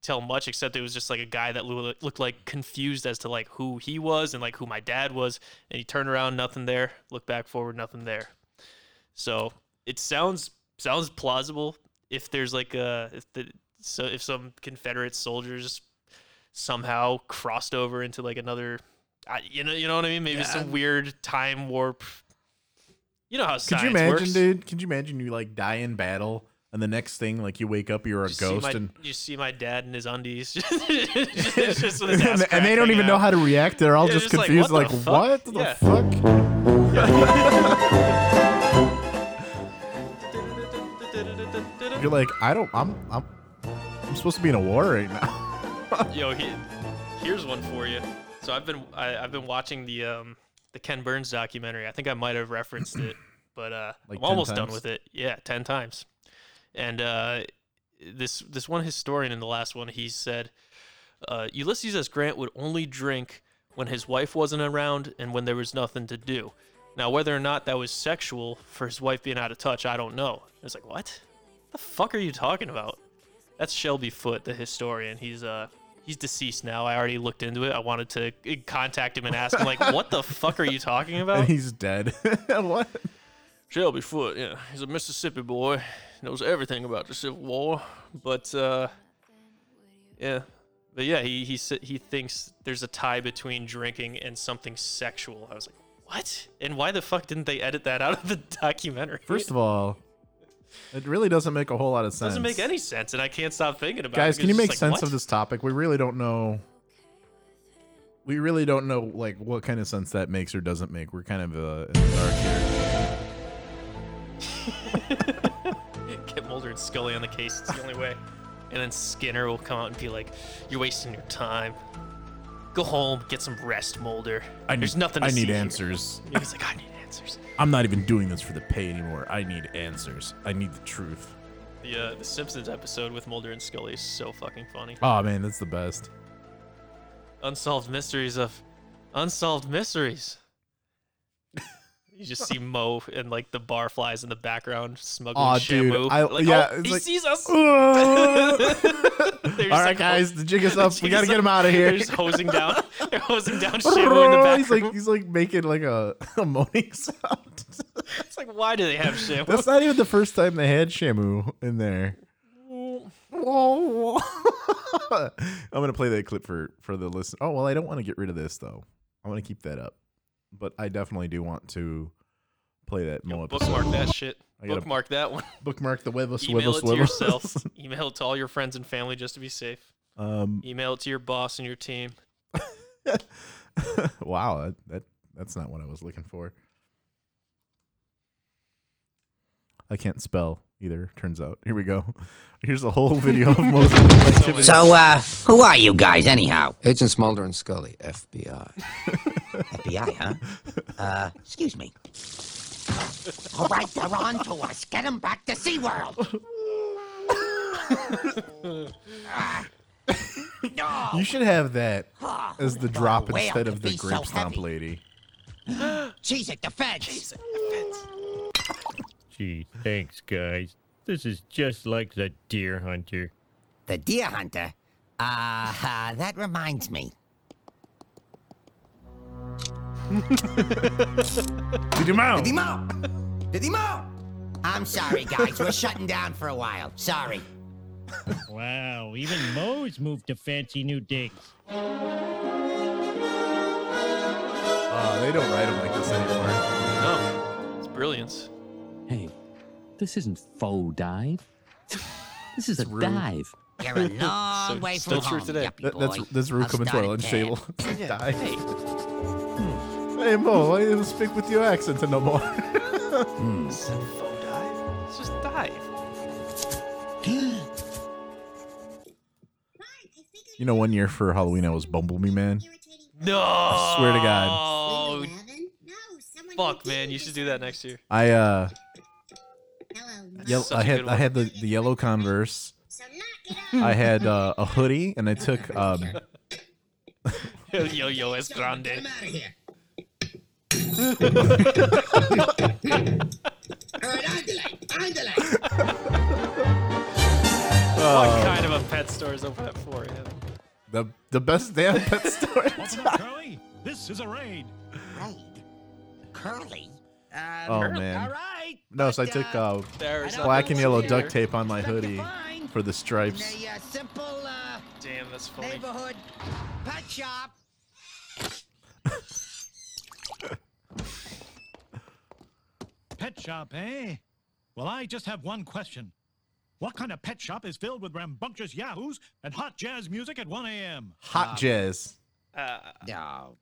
tell much except it was just like a guy that loo- looked like confused as to like who he was and like who my dad was and he turned around nothing there looked back forward nothing there so it sounds sounds plausible if there's like a if the so if some confederate soldiers somehow crossed over into like another I, you know you know what i mean maybe some weird time warp you know how
Could
science
you imagine,
works
dude? Could you imagine you like die in battle and the next thing like you wake up you're a
You see
ghost
my-
and
you see my dad in his undies Just- just with his ass
and,
crack
they don't
hanging
even
out.
know how to react. They're all
Yeah,
just
just like,
confused like
what
what
the
the,
fuck?
fuck? You're like I don't I'm I'm I'm supposed to be in a war right now.
Yo, he, here's one for you. So I've been I, I've been watching the um the Ken Burns documentary. I think I might have referenced it, but uh,
Like
I'm
10
almost done
times?
with it. Yeah, ten times. And uh, this this one historian in the last one he said uh, Ulysses S. Grant would only drink when his wife wasn't around and when there was nothing to do. Now, whether or not that was sexual for his wife being out of touch, I don't know. It's like, what? The fuck are you talking about? That's Shelby Foote, the historian. He's uh he's deceased now. I already looked into it. I wanted to uh, contact him and ask him like, what the fuck are you talking
And
about?
he's dead. what?
Shelby Foote, yeah, he's a Mississippi boy, knows everything about the Civil War, but uh, yeah, but yeah, he he sa- he thinks there's a tie between drinking and something sexual. I was like, what? And why the fuck didn't they edit that out of the documentary?
First of all, it really doesn't make a whole lot of sense.
doesn't make any sense, and I can't stop thinking about
Guys,
it.
can you
because
make
it's like,
sense of
what?
this topic? We really don't know. We really don't know like what kind of sense that makes or doesn't make. We're kind of uh, in the dark here.
Get Mulder and Scully on the case. It's the only way. And then Skinner will come out and be like, "You're wasting your time. Go home, get some rest, Mulder. There's nothing. To
I
see
need
here."
answers.
He's like, I need answers.
I'm not even doing this for the pay anymore. I need answers. I need the truth.
The uh, the Simpsons episode with Mulder and Scully is so fucking funny.
Oh man, that's the best.
Unsolved mysteries of unsolved mysteries. You just see Mo and like the barflies in the background smuggling
Aw, dude,
Shamu.
I-
like,
yeah,
oh,
it's
he
like-
sees us. They're
All
just
right,
like, oh,
guys, the jig is up. We gotta get him out of
They're
here.
just hosing down. They're hosing down Shamu in the back.
he's like he's like making like a, a moaning sound.
It's like, why do they have Shamu?
That's not even the first time they had Shamu in there. I'm gonna play that clip for for the listen. Oh well, I don't want to get rid of this though. I want to keep that up, but I definitely do want to play that more.
Bookmark that shit.
I gotta-
Bookmark that one.
bookmark the web of
Email
swivel
it
swivel.
to yourself. Email it to all your friends and family just to be safe.
um,
Email it to your boss and your team.
wow, that, that that's not what I was looking for. I can't spell either. Turns out. Here we go. Here's a whole video of most.
So, uh, who are you guys, anyhow? Agents Mulder and Scully, FBI. FBI, huh? Uh, excuse me. All right, they're on to us. Get them back to SeaWorld. Ah.
You
no.
should have that
Oh,
as the drop
whale
instead of
could
the
be so
grape stomp
heavy.
lady.
Cheese it, the feds.
Gee, thanks, guys. This is just like the deer hunter.
The deer hunter. Uh, uh, that reminds me.
Did him out.
Did him out. Did him out. I'm sorry, guys. We're shutting down for a while. Sorry.
Wow, even Moe's moved to fancy new digs.
Uh, they don't write them like this anymore.
No, it's brilliance.
Hey, this isn't faux dive. This is a dive.
You're a long way from home, yuppie
That- that's
boy.
that's Rue
I'll
coming to
start
our
at
lunch
10.
table.
Yeah.
Die.
Hey.
Hey Mo, I don't speak with your accent no more.
Let's just dive.
You know, one year for Halloween I was Bumblebee Man.
No.
I swear to God,
Oh. Fuck, man, you should do that next year.
I uh, yell-
Such
I
a
had
good
I had the, the yellow Converse. I had uh, a hoodie and I took um,
yo, yo, es grande.
Oh.
What kind of a pet store is open at four a.m.?
the the best damn pet store.
What's
up, Curly? This is a raid.
Raid? Curly? Uh,
Oh man. No, so I took uh,
There is
black and
nothing
yellow
here.
duct tape on my hoodie for the stripes.
The uh, simple uh,
Damn, that's funny.
neighborhood pet shop.
Pet shop, eh? Well, I just have one question. What kind of pet shop is filled with rambunctious yahoos and hot jazz music at 1 a.m.?
Hot jazz.
Uh,
No.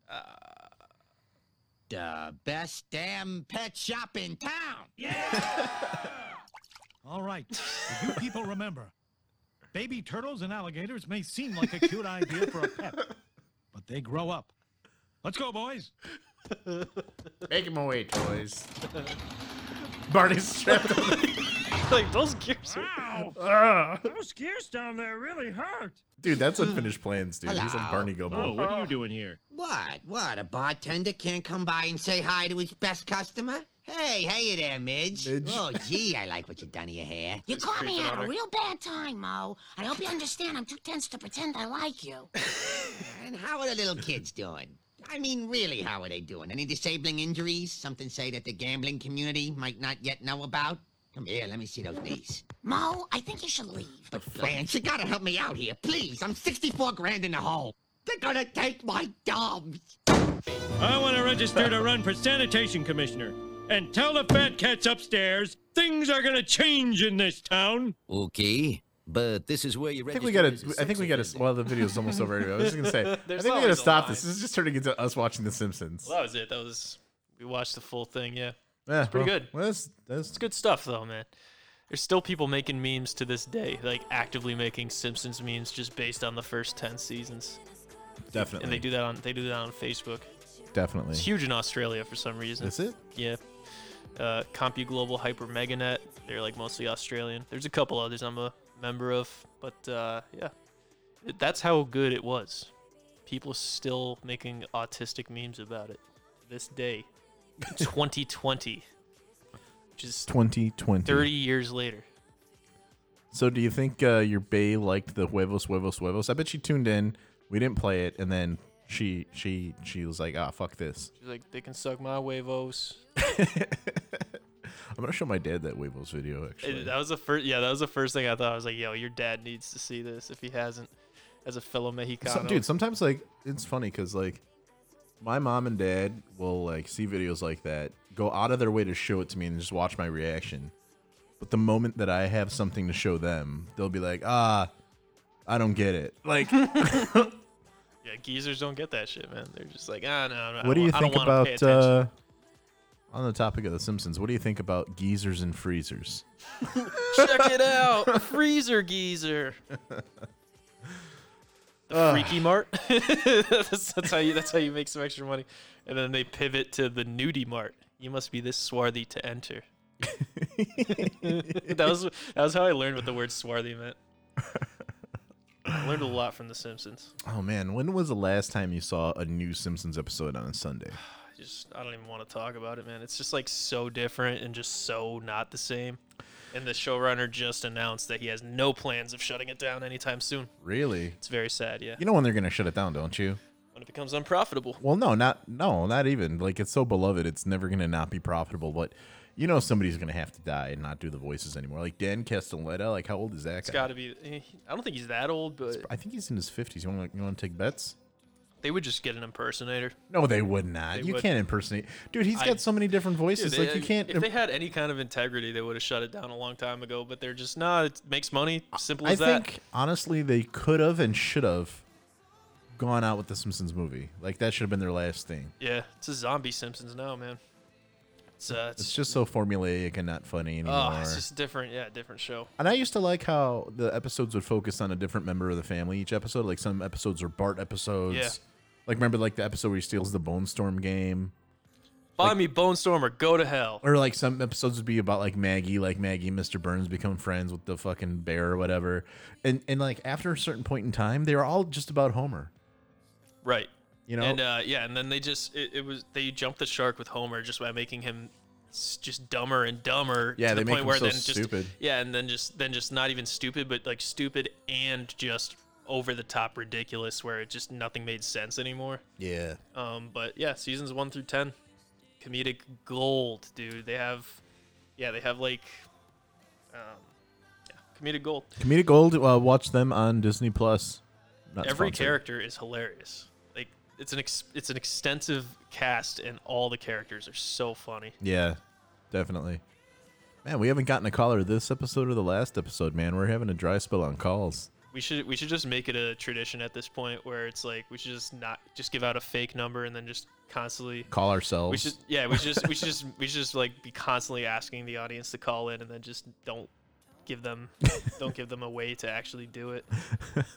the best damn pet shop in town.
All right. You people remember, baby turtles and alligators may seem like a cute idea for a pet, but they grow up. Let's go, boys.
Making my way, toys. Barney's strapped.
like those gears are.
Ah.
Those gears down there really hurt.
Dude, that's unfinished plans, dude. He's on Barney Gumble.
Oh, what are you doing here?
What? What? A bartender can't come by and say hi to his best customer? Hey, hey there, Midge.
Midge.
Oh, gee, I like what you've done to your hair.
You
It's-
caught me
creeping
at
on
a
her.
real bad time, Mo. I hope you understand I'm too tense to pretend I like you.
And how are the little kids doing? I mean, really, how are they doing? Any disabling injuries? Something say that the gambling community might not yet know about? Come here, let me see those knees.
Mo, I think you should leave.
But France, you gotta help me out here, please. I'm 64 grand in the hole. They're gonna take my dogs.
Ah.
I want to register to run for sanitation commissioner and tell the fat cats upstairs things are going to change in this town.
Okay, but this is where you
I
register.
think we gotta.
as a
I think
sex
we gotta.
offender.
Well, the video's almost over. Anyway. I was just gonna say. I
There's
think we gotta
always a
stop
line.
this. This is just turning into us watching The Simpsons.
Well, that was it. That was we watched the full thing. Yeah,
Yeah,
it's pretty
well,
good.
well, that's- that's-
it's good stuff though, man. There's still people making memes to this day, like actively making Simpsons memes just based on the first ten seasons.
Definitely.
And they do that on they do that on Facebook.
Definitely.
It's huge in Australia for some reason.
Is it?
Yeah. Uh, CompuGlobal Hyper MegaNet. They're like mostly Australian. There's a couple others I'm a member of, but uh, yeah, It- that's how good it was. People still making autistic memes about it to this day, 2020, which is
2020.
30 years later.
So, do you think uh, your bae liked the huevos, huevos, huevos? I bet she tuned in. We didn't play it, and then she she she was like, "Ah, fuck this."
She's like, they can suck my huevos.
I'm gonna show my dad that huevos video. Actually,
It- that was the first. Yeah, that was the first thing I thought. I was like, yo, your dad needs to see this if he hasn't. As a fellow Mexicano,
So- dude, sometimes like it's funny because like my mom and dad will like see videos like that, go out of their way to show it to me, and just watch my reaction. But the moment that I have something to show them, they'll be like, "Ah, I don't get it." Like,
yeah, geezers don't get that shit, man. They're just like, ah, no, no. I
what do you
don't- I
think
don't wanna pay
about
attention."
uh, on the topic of the Simpsons? What do you think about geezers and freezers?
Check it out, freezer geezer. The
Ugh.
Freaky Mart. that's, that's how you. That's how you make some extra money. And then they pivot to the Nudie Mart. You must be this swarthy to enter. that was that was how I learned what the word swarthy meant. I learned a lot from The Simpsons.
Oh man, when was the last time you saw a new Simpsons episode on a Sunday?
I just I don't even want to talk about it, man. It's just like so different and just so not the same. And the showrunner just announced that he has no plans of shutting it down anytime soon.
Really?
It's very sad, yeah.
You know when they're gonna shut it down, don't you?
when it becomes unprofitable.
Well, no, not no, not even. Like it's so beloved, it's never gonna not be profitable. But you know somebody's gonna have to die and not do the voices anymore. Like Dan Castellaneta. Like how old is that
It's
guy?
got to be. I don't think he's that old, but
I think he's in his fifties. You want you want to take bets?
They would just get an impersonator.
No, they would not.
They
you
would.
can't impersonate, dude. He's
I-
got so many different voices.
Dude, they-
like you can't.
If they had any kind of integrity, they would have shut it down a long time ago. But they're just nah. It makes money. Simple
I
as that.
think honestly, they could have and should have gone out with the Simpsons movie. Like that should have been their last thing.
Yeah, it's a zombie Simpsons now, man. It's uh, it's,
It's just so formulaic and not funny anymore.
oh, it's just different. Yeah, different show.
And I used to like how the episodes would focus on a different member of the family each episode. Like some episodes were Bart episodes.
Yeah.
Like remember like the episode where he steals the Bone Storm game,
Buy me Bone Storm or go to hell.
or like some episodes would be about like Maggie, like Maggie and Mr. Burns become friends with the fucking bear or whatever. And and like after a certain point in time, they were all just about Homer.
Right.
You know?
And uh, yeah, and then they just it, it was they jumped the shark with Homer just by making him s- just dumber and dumber.
Yeah,
to the
they make
point
him
where
so
then just,
stupid.
Yeah, and then just then just not even stupid, but like stupid and just over the top ridiculous, where it just nothing made sense anymore.
Yeah.
Um, but yeah, seasons one through ten, comedic gold, dude. They have, yeah, they have like, um, yeah, comedic gold.
Comedic Gold, uh, watch them on Disney Plus. Not
Every
sponsored.
character is hilarious. Like it's an ex- it's an extensive cast, and all the characters are so funny.
Yeah, definitely. Man, we haven't gotten a caller this episode or the last episode, man. We're having a dry spell on calls.
We should we should just make it a tradition at this point where it's like we should just not just give out a fake number and then just constantly
Call
We
ourselves.
should yeah we should just we should just we should just like be constantly asking the audience to call in and then just don't give them don't give them a way to actually do it.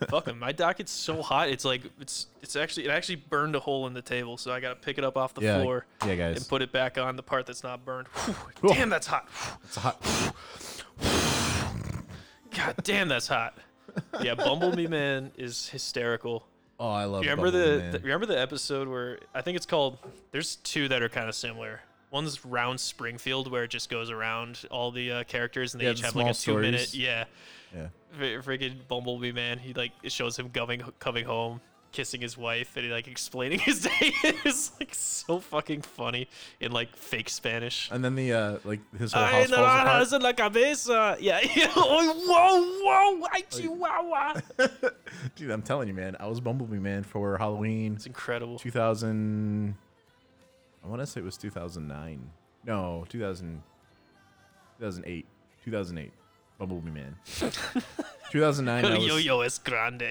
Fuck them. My docket's so hot. It's like it's it's actually it actually burned a hole in the table, so I gotta pick it up off the
Yeah,
floor.
yeah, guys.
And put it back on the part that's not burned.
Whoa.
Damn, that's hot.
It's hot.
God damn, that's hot. Yeah, Bumblebee Man is hysterical.
Oh, I love.
You remember
Bumblebee
the,
Man.
the remember the episode where I think it's called. There's two that are kind of similar. One's Round Springfield, where it just goes around all the uh, characters, and they
Yeah,
each
the
have like a two
small
minute.
stories.
Yeah.
Yeah.
Fr- Freaking Bumblebee Man. He like it shows him coming coming home, kissing his wife, and he like explaining his day. it's like so fucking funny in like fake Spanish.
And then the uh, like his whole
Ay,
house falls apart.
naranjas en la cabeza. Yeah. oh, whoa, whoa, ay, chihuahua.
Dude, I'm telling you, man. I was Bumblebee Man for Halloween. It's
incredible.
2000. I want to say it was 2009. No, 2000. 2008. 2008. Bumblebee Man. 2009. I was,
yo yo es grande.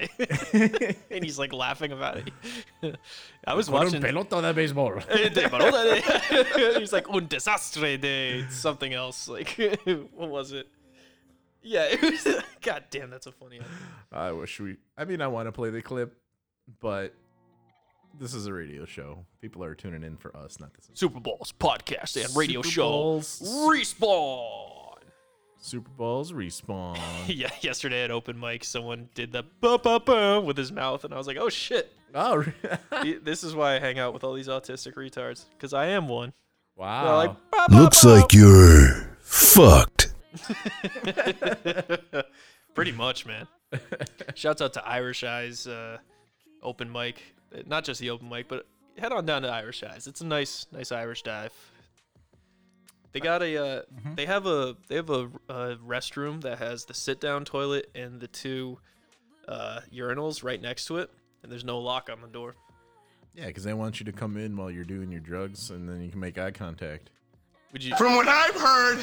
and he's like laughing about it. I was
Con un
watching.
pelota de baseball.
Eh, de pelota de- he's like un desastre de something else. Like what was it? Yeah, it was. God damn, that's a funny. Idea.
I wish we. I mean, I want to play the clip, but this is a radio show. People are tuning in for us, not this.
Super Bowls podcast and radio
Super
show.
Bowls.
Respawn.
Super Bowls respawn.
yeah, yesterday at open mic, someone did the ba ba ba with his mouth, and I was like, oh shit.
Oh.
this is why I hang out with all these autistic retards because I am one.
Wow.
They're like,
Looks like you're fucked.
Pretty much, man. Shouts out to Irish Eyes uh, open mic. Uh, Not just the open mic, but head on down to Irish Eyes. It's a nice, nice Irish dive. They got a, uh,
Mm-hmm.
they have a, they have a uh, restroom that has the sit-down toilet and the two uh, urinals right next to it, and there's no lock on the door.
Yeah, because they want you to come in while you're doing your drugs, and then you can make eye contact.
Would you?
From what I've heard,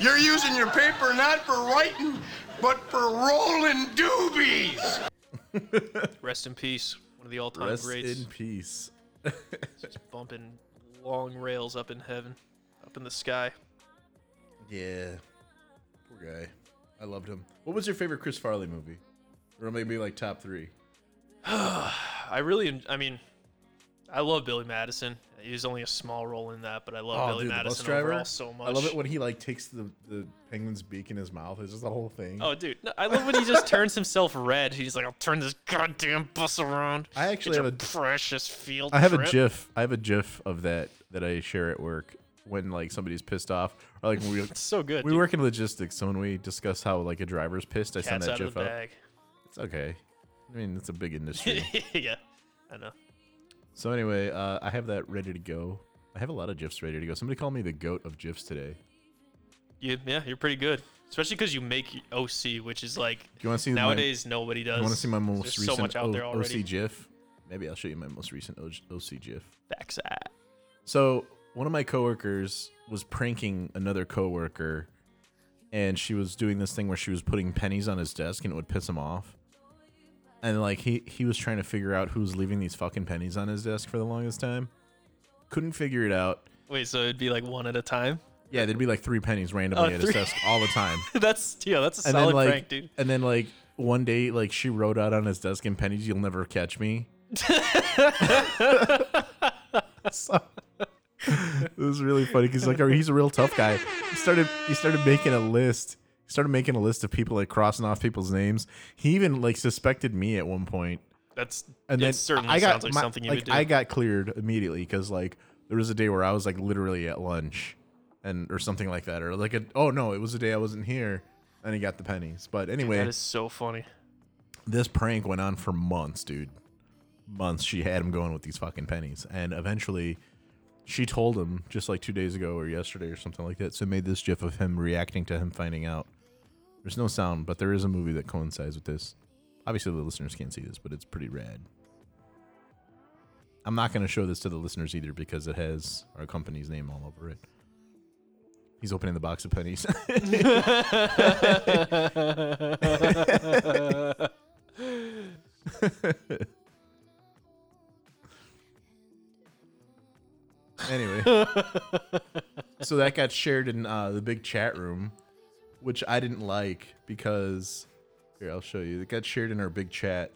you're using your paper not for writing, but for rolling doobies.
Rest in peace. One of the all-time
Rest
greats.
in peace.
Just bumping long rails up in heaven, up in the sky.
Yeah. Poor guy. I loved him. What was your favorite Chris Farley movie? Or maybe like top three?
I really, en- I mean, I love Billy Madison. He was only a small role in that, but I
Oh,
love Billy Madison overall so much.
I love it when he like takes the, the penguin's beak in his mouth. It's just the whole thing.
Oh, dude, no, I love when he just turns himself red. He's like, "I'll turn this goddamn bus around."
I actually
It's
have a-
precious field.
I have a
trip."
GIF. I have a GIF of that that I share at work when like somebody's pissed off, or like when we.
It's so good,
We
dude.
work in logistics, so when we discuss how like a driver's pissed, I send
Cat's
that
out
GIF
of the
out.
bag.
It's okay. I mean, it's a big industry.
yeah, I know.
so anyway, uh, I have that ready to go. I have a lot of GIFs ready to go. Somebody called me the goat of GIFs today.
You, yeah, you're pretty good, especially because you make OC, which is like
you wanna see my-
nowadays nobody does.
You want to see my most
There's
recent
so much out there
O-
already.
OC GIF? Maybe I'll show you my most recent O- OC GIF.
Backside.
So one of my coworkers was pranking another coworker, and she was doing this thing where she was putting pennies on his desk, and it would piss him off. And like he he was trying to figure out who was leaving these fucking pennies on his desk for the longest time. Couldn't figure it out.
Wait, so it'd be like one at a time?
Yeah, there'd be like three pennies randomly
Oh,
at
three.
his desk all the time.
that's yeah, that's a
and
solid
then like
prank, dude.
and then like one day like she wrote out on his desk in pennies, "You'll never catch me." so, it was really funny because like he's a real tough guy. He started he started making a list. He started making a list of people like crossing off people's names. He even like suspected me at one point.
That's
And
it
then
certainly
I got
sounds like
my-
something you
like,
would do.
I got cleared immediately because like there was a day where I was like literally at lunch, and or something like that, or like a oh no, it was a day I wasn't here, and he got the pennies. But anyway,
that is so funny.
this prank went on for months, dude. Months. She had him going with these fucking pennies, and eventually, she told him just like two days ago or yesterday or something like that. So made this gif of him reacting to him finding out. There's no sound, but there is a movie that coincides with this. Obviously, the listeners can't see this, but it's pretty rad. I'm not going to show this to the listeners either because it has our company's name all over it. He's opening the box of pennies. anyway, so that got shared in uh, the big chat room, which I didn't like because here I'll show you. It got shared in our big chat,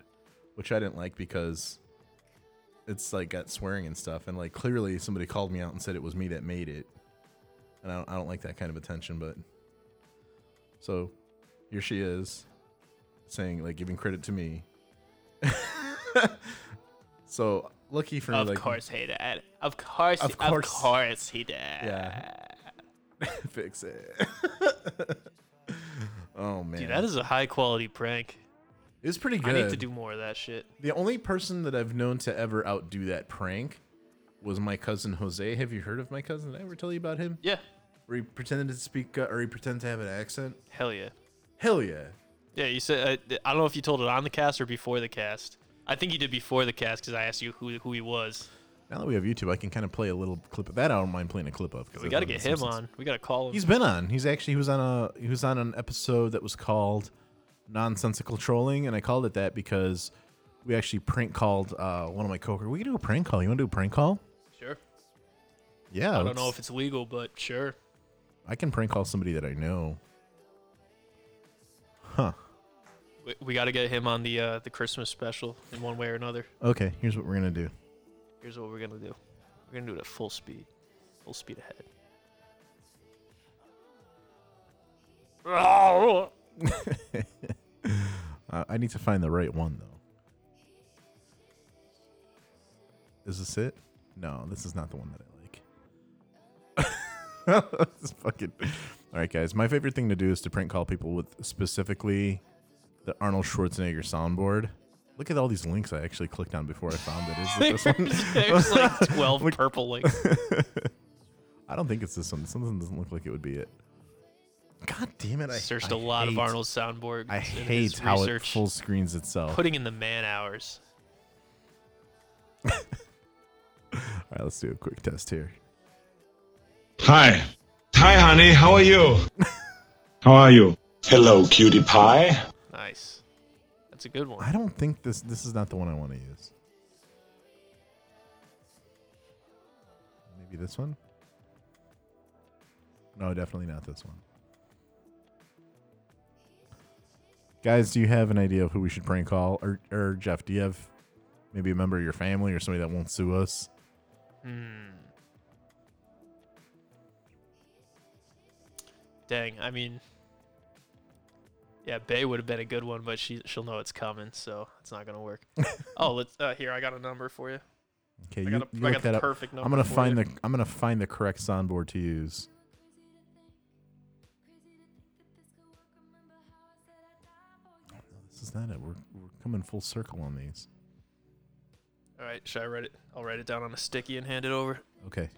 which I didn't like because it's like got swearing and stuff, and like clearly somebody called me out and said it was me that made it, and I don't, I don't like that kind of attention. But so here she is saying like giving credit to me. so lucky for me,
of
like
course he did. Of course,
Of
of course,
course.
he did.
Yeah. Fix it. oh man.
Dude, that is a high quality prank.
It's pretty
I need to
good.
do more of that shit.
the only person that I've known to ever outdo that prank was my cousin Jose. Have you heard of my cousin? Did I ever tell you about him?
Yeah.
Where he pretended to speak uh, or he pretended to have an accent.
Hell yeah.
Hell yeah.
Yeah, you said uh, I don't know if you told it on the cast or before the cast. I think you did before the cast because I asked you who who he was.
Now that we have YouTube, I can kind of play a little clip of that. I don't mind playing a clip of. 'cause
We
I
got to
love The
get him
Simpsons.
on. We got to call him.
He's been on. He's actually he was on a he was on an episode that was called nonsensical trolling, and I called it that because we actually prank called uh, one of my coworkers. We can do a prank call. You want to do a prank call?
sure.
Yeah.
I don't
let's-
know if it's legal, but sure.
I can prank call somebody that I know. Huh.
We, we got to get him on the uh, the Christmas special in one way or another.
Okay. Here's what we're gonna do.
Here's what we're gonna do. We're gonna do it at full speed, full speed ahead.
Uh, I need to find the right one though. Is this it? No, this is not the one that I like. This fucking. All right, guys. My favorite thing to do is to prank call people with specifically the Arnold Schwarzenegger soundboard. Look at all these links I actually clicked on before I found it. Is it this one?
There's like 12 purple links.
I don't think it's this one. Something doesn't look like it would be it. God damn it! I
searched
a
a lot of Arnold's soundboard.
I
and his
hate how it
research.
full screens itself.
putting in the man hours.
All right, let's do a quick test here.
Hi. Hi, honey. How are you? How are you? Hello, cutie pie.
Nice. That's a good one.
I don't think this this is not the one I want to use. Maybe this one? No, definitely not this one. Guys, do you have an idea of who we should prank call? Or, or Jeff, do you have maybe a member of your family or somebody that won't sue us?
Hmm. Dang, I mean, yeah, Bay would have been a good one, but she she'll know it's coming, so it's not gonna work. oh, let's uh, here. I got a number for you. I
Okay, you,
got, a,
you
I
look
got
that
the
up.
perfect number.
I'm gonna
for
find
you.
the I'm gonna find the correct soundboard to use. No, this is not it. We're we're coming full circle on these.
All right, should I write it? I'll write it down on a sticky and hand it over
Okay.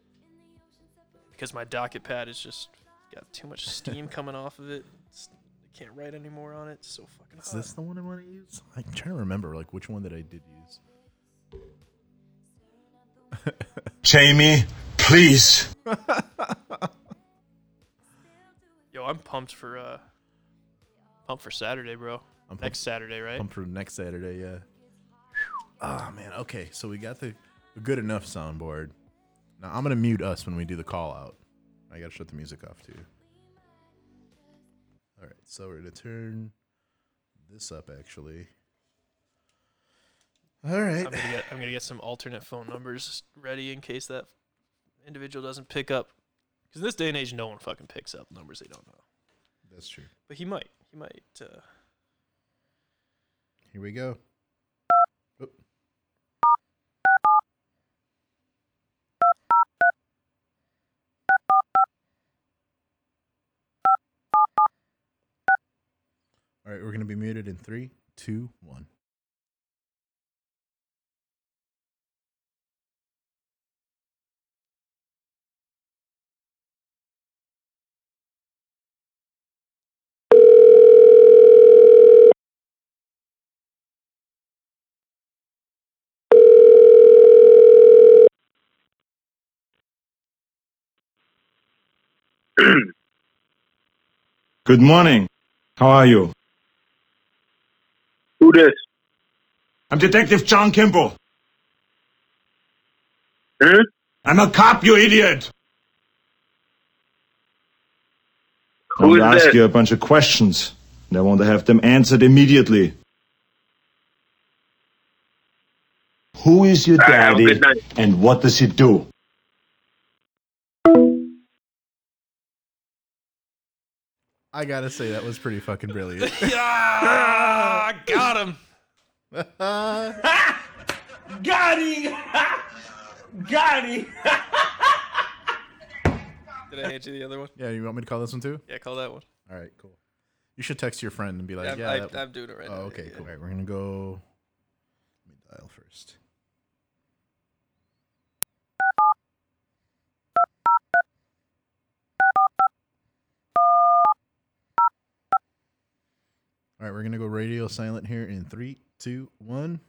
because my docket pad is just got too much steam coming off of it. It's I can't write anymore on it. It's so fucking
Is
hot.
this the one I want to use? I'm trying to remember like which one that I did use.
Jamie, please.
Yo, I'm pumped for uh, pumped for Saturday, bro.
I'm
Next Saturday, right?
Come for next Saturday, yeah. Ah man, okay. So we got the the good enough soundboard. Now I'm gonna mute us when we do the call out. I gotta shut the music off too. All right, so we're gonna turn this up actually. All right.
I'm gonna, get, I'm gonna get some alternate phone numbers ready in case that individual doesn't pick up. Because in this day and age, no one fucking picks up numbers they don't know.
That's true.
But he might. He might. Uh,
Here we go. All right, we're gonna be muted in three, two, one.
Good morning. How are you?
Who this?
I'm Detective John Kimball.
Huh?
I'm a cop, you idiot. I
Who
will
is
ask
that?
you a bunch of questions, and I want to have them answered immediately. Who is your
All right, have a
daddy,
good night.
and what does he do?
I gotta say that was pretty fucking brilliant.
yeah, Ah, got him.
Got him. Got him.
Did I hand you the other one?
yeah, you want me to call this one too?
Yeah, call that one.
All right, cool. You should text your friend and be like,
Yeah, I'm-
Uh, "Yeah,
I-
that-
I'm doing it right
oh,
now,
Okay,
yeah.
cool. All right, we're gonna go. Let me dial first. All right, we're gonna go radio silent here in three, two, one.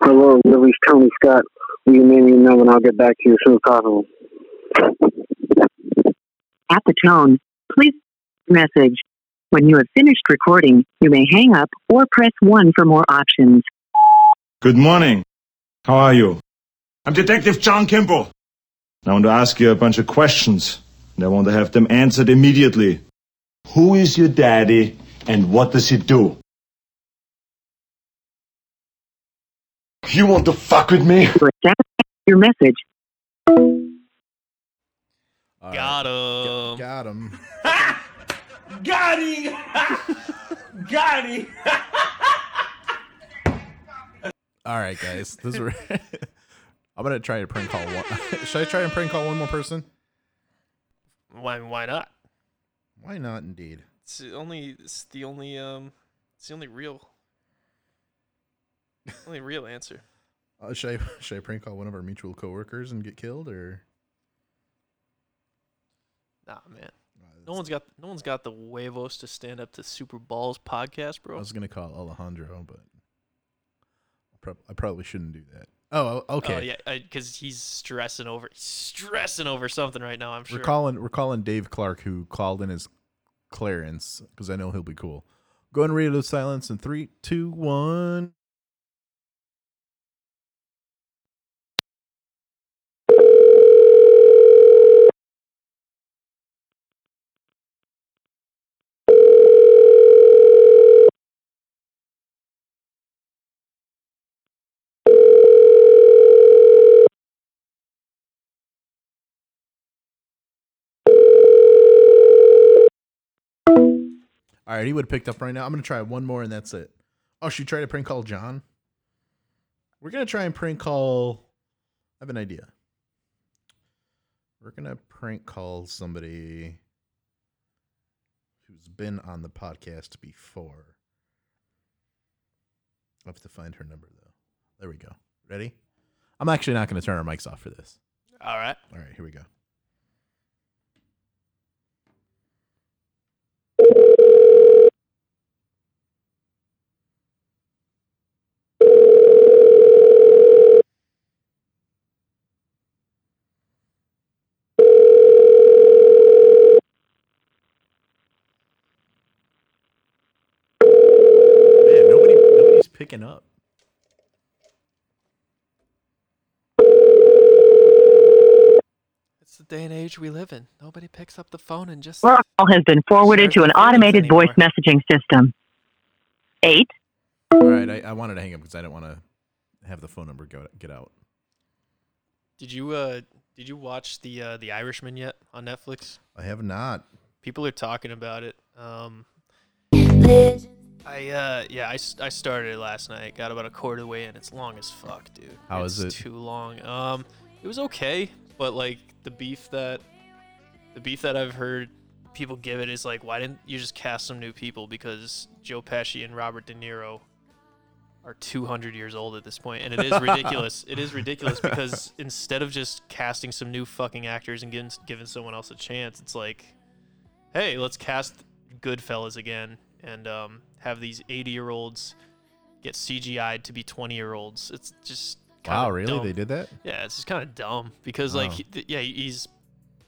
Hello, Willie's Tony Scott. Will you name your number and I'll get back to you as soon as possible?
At the tone, please message. When you have finished recording, you may hang up or press 1 for more options.
Good morning. How are you? I'm Detective John Kimball. I want to ask you a bunch of questions, and I want to have them answered immediately. Who is your daddy, and what does he do? You want to fuck with me?
Your message.
Got him.
Got him.
Got him. Got him.
All right, guys. This is I'm gonna try to prank call one. Should I try and prank call one more person?
Why? Why not?
Why not? Indeed.
It's the only. It's the only. Um. It's the only real. Only real answer.
Uh, should I should I prank call one of our mutual coworkers and get killed, or
Nah, man. No one's got. No one's got the huevos to stand up to Super Balls podcast, bro.
I was gonna call Alejandro, but I, prob- I probably shouldn't do that. Oh, o- okay.
Oh, yeah, because he's stressing over stressing over something right now. I'm sure.
We're calling we're calling Dave Clark, who called in his Clarence, because I know he'll be cool. Go and radio silence in three, two, one. All right, he would have picked up right now. I'm gonna try one more, and that's it. Oh, should you try to prank call John? We're gonna try and prank call. I have an idea. We're gonna prank call somebody who's been on the podcast before. I have to find her number though. There we go. Ready? I'm actually not gonna turn our mics off for this.
All right.
All right, here we go. Man, nobody nobody's picking up.
It's the day and age we live in. Nobody picks up the phone and just
Your call has been forwarded to an automated voice messaging system. Eight.
All right, I, I wanted to hang up because I didn't want to have the phone number go get out.
Did you uh did you watch the uh, the Irishman yet on Netflix?
I have not.
People are talking about it. Um I uh yeah, I, s- I started it last night. Got about a quarter of the way in. It's long as fuck, dude.
How
it's
is it?
Too long. Um it was okay, but like the beef that the beef that I've heard people give it is like why didn't you just cast some new people because Joe Pesci and Robert De Niro are 200 years old at this point and it is ridiculous. it is ridiculous because instead of just casting some new fucking actors and giving giving someone else a chance, it's like hey, let's cast Goodfellas again and um, have these 80 year olds get CGI'd to be 20 year olds. It's just kinda
Wow, really?
dumb.
They did that?
Yeah, it's just kind of dumb because like,
Oh.
he, th- yeah, he's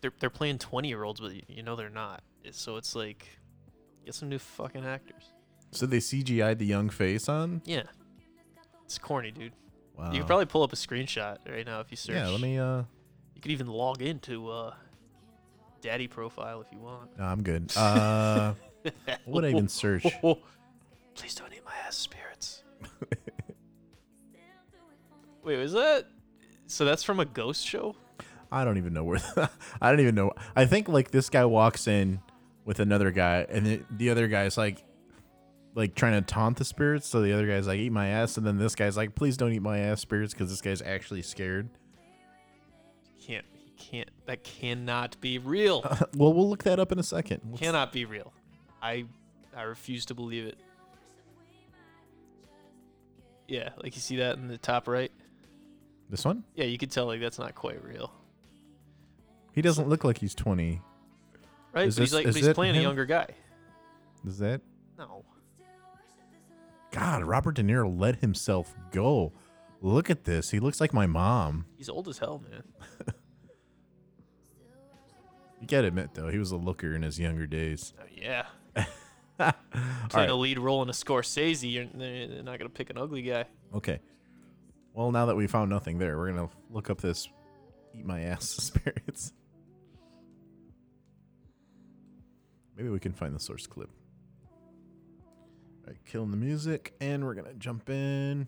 they're they're playing 20 year olds, but y- you know they're not. It's- So it's like get some new fucking actors.
So they CGI'd the young face on?
Yeah, it's corny, dude. You
Wow.
could probably pull up a screenshot right now if you search.
Um, Yeah, let me uh
You could even log into uh, Daddy Profile if you want.
no, I'm good. Uh what would I even search?
Please don't eat my ass, spirits. Wait, was that? So that's from a ghost show?
I don't even know where I don't even know. I think like this guy walks in with another guy and the, the other guy's like like trying to taunt the spirits, so the other guy's like eat my ass and then this guy's like please don't eat my ass spirits cuz this guy's actually scared.
Can't, he can't. That cannot be real.
well, we'll look that up in a second. Let's-
cannot be real. I, I refuse to believe it. Yeah, like you see that in the top right.
This one?
Yeah, you could tell like that's not quite real,
He doesn't look like he's 20.
right?
Is
but he's
this-
like,
is
but he's
it
playing a
him?
younger guy.
Is that
No,
God, Robert De Niro let himself go. Look at this. He looks like my mom.
he's old as hell, man.
You gotta admit though, he was a looker in his younger days.
Oh, Yeah.
All
Playing
right.
a lead role in a Scorsese, you're, they're not gonna pick an ugly guy.
Okay. Well, now that we found nothing there, we're gonna look up this eat my ass experience. Maybe we can find the source clip. All right, killing the music, and we're gonna jump in.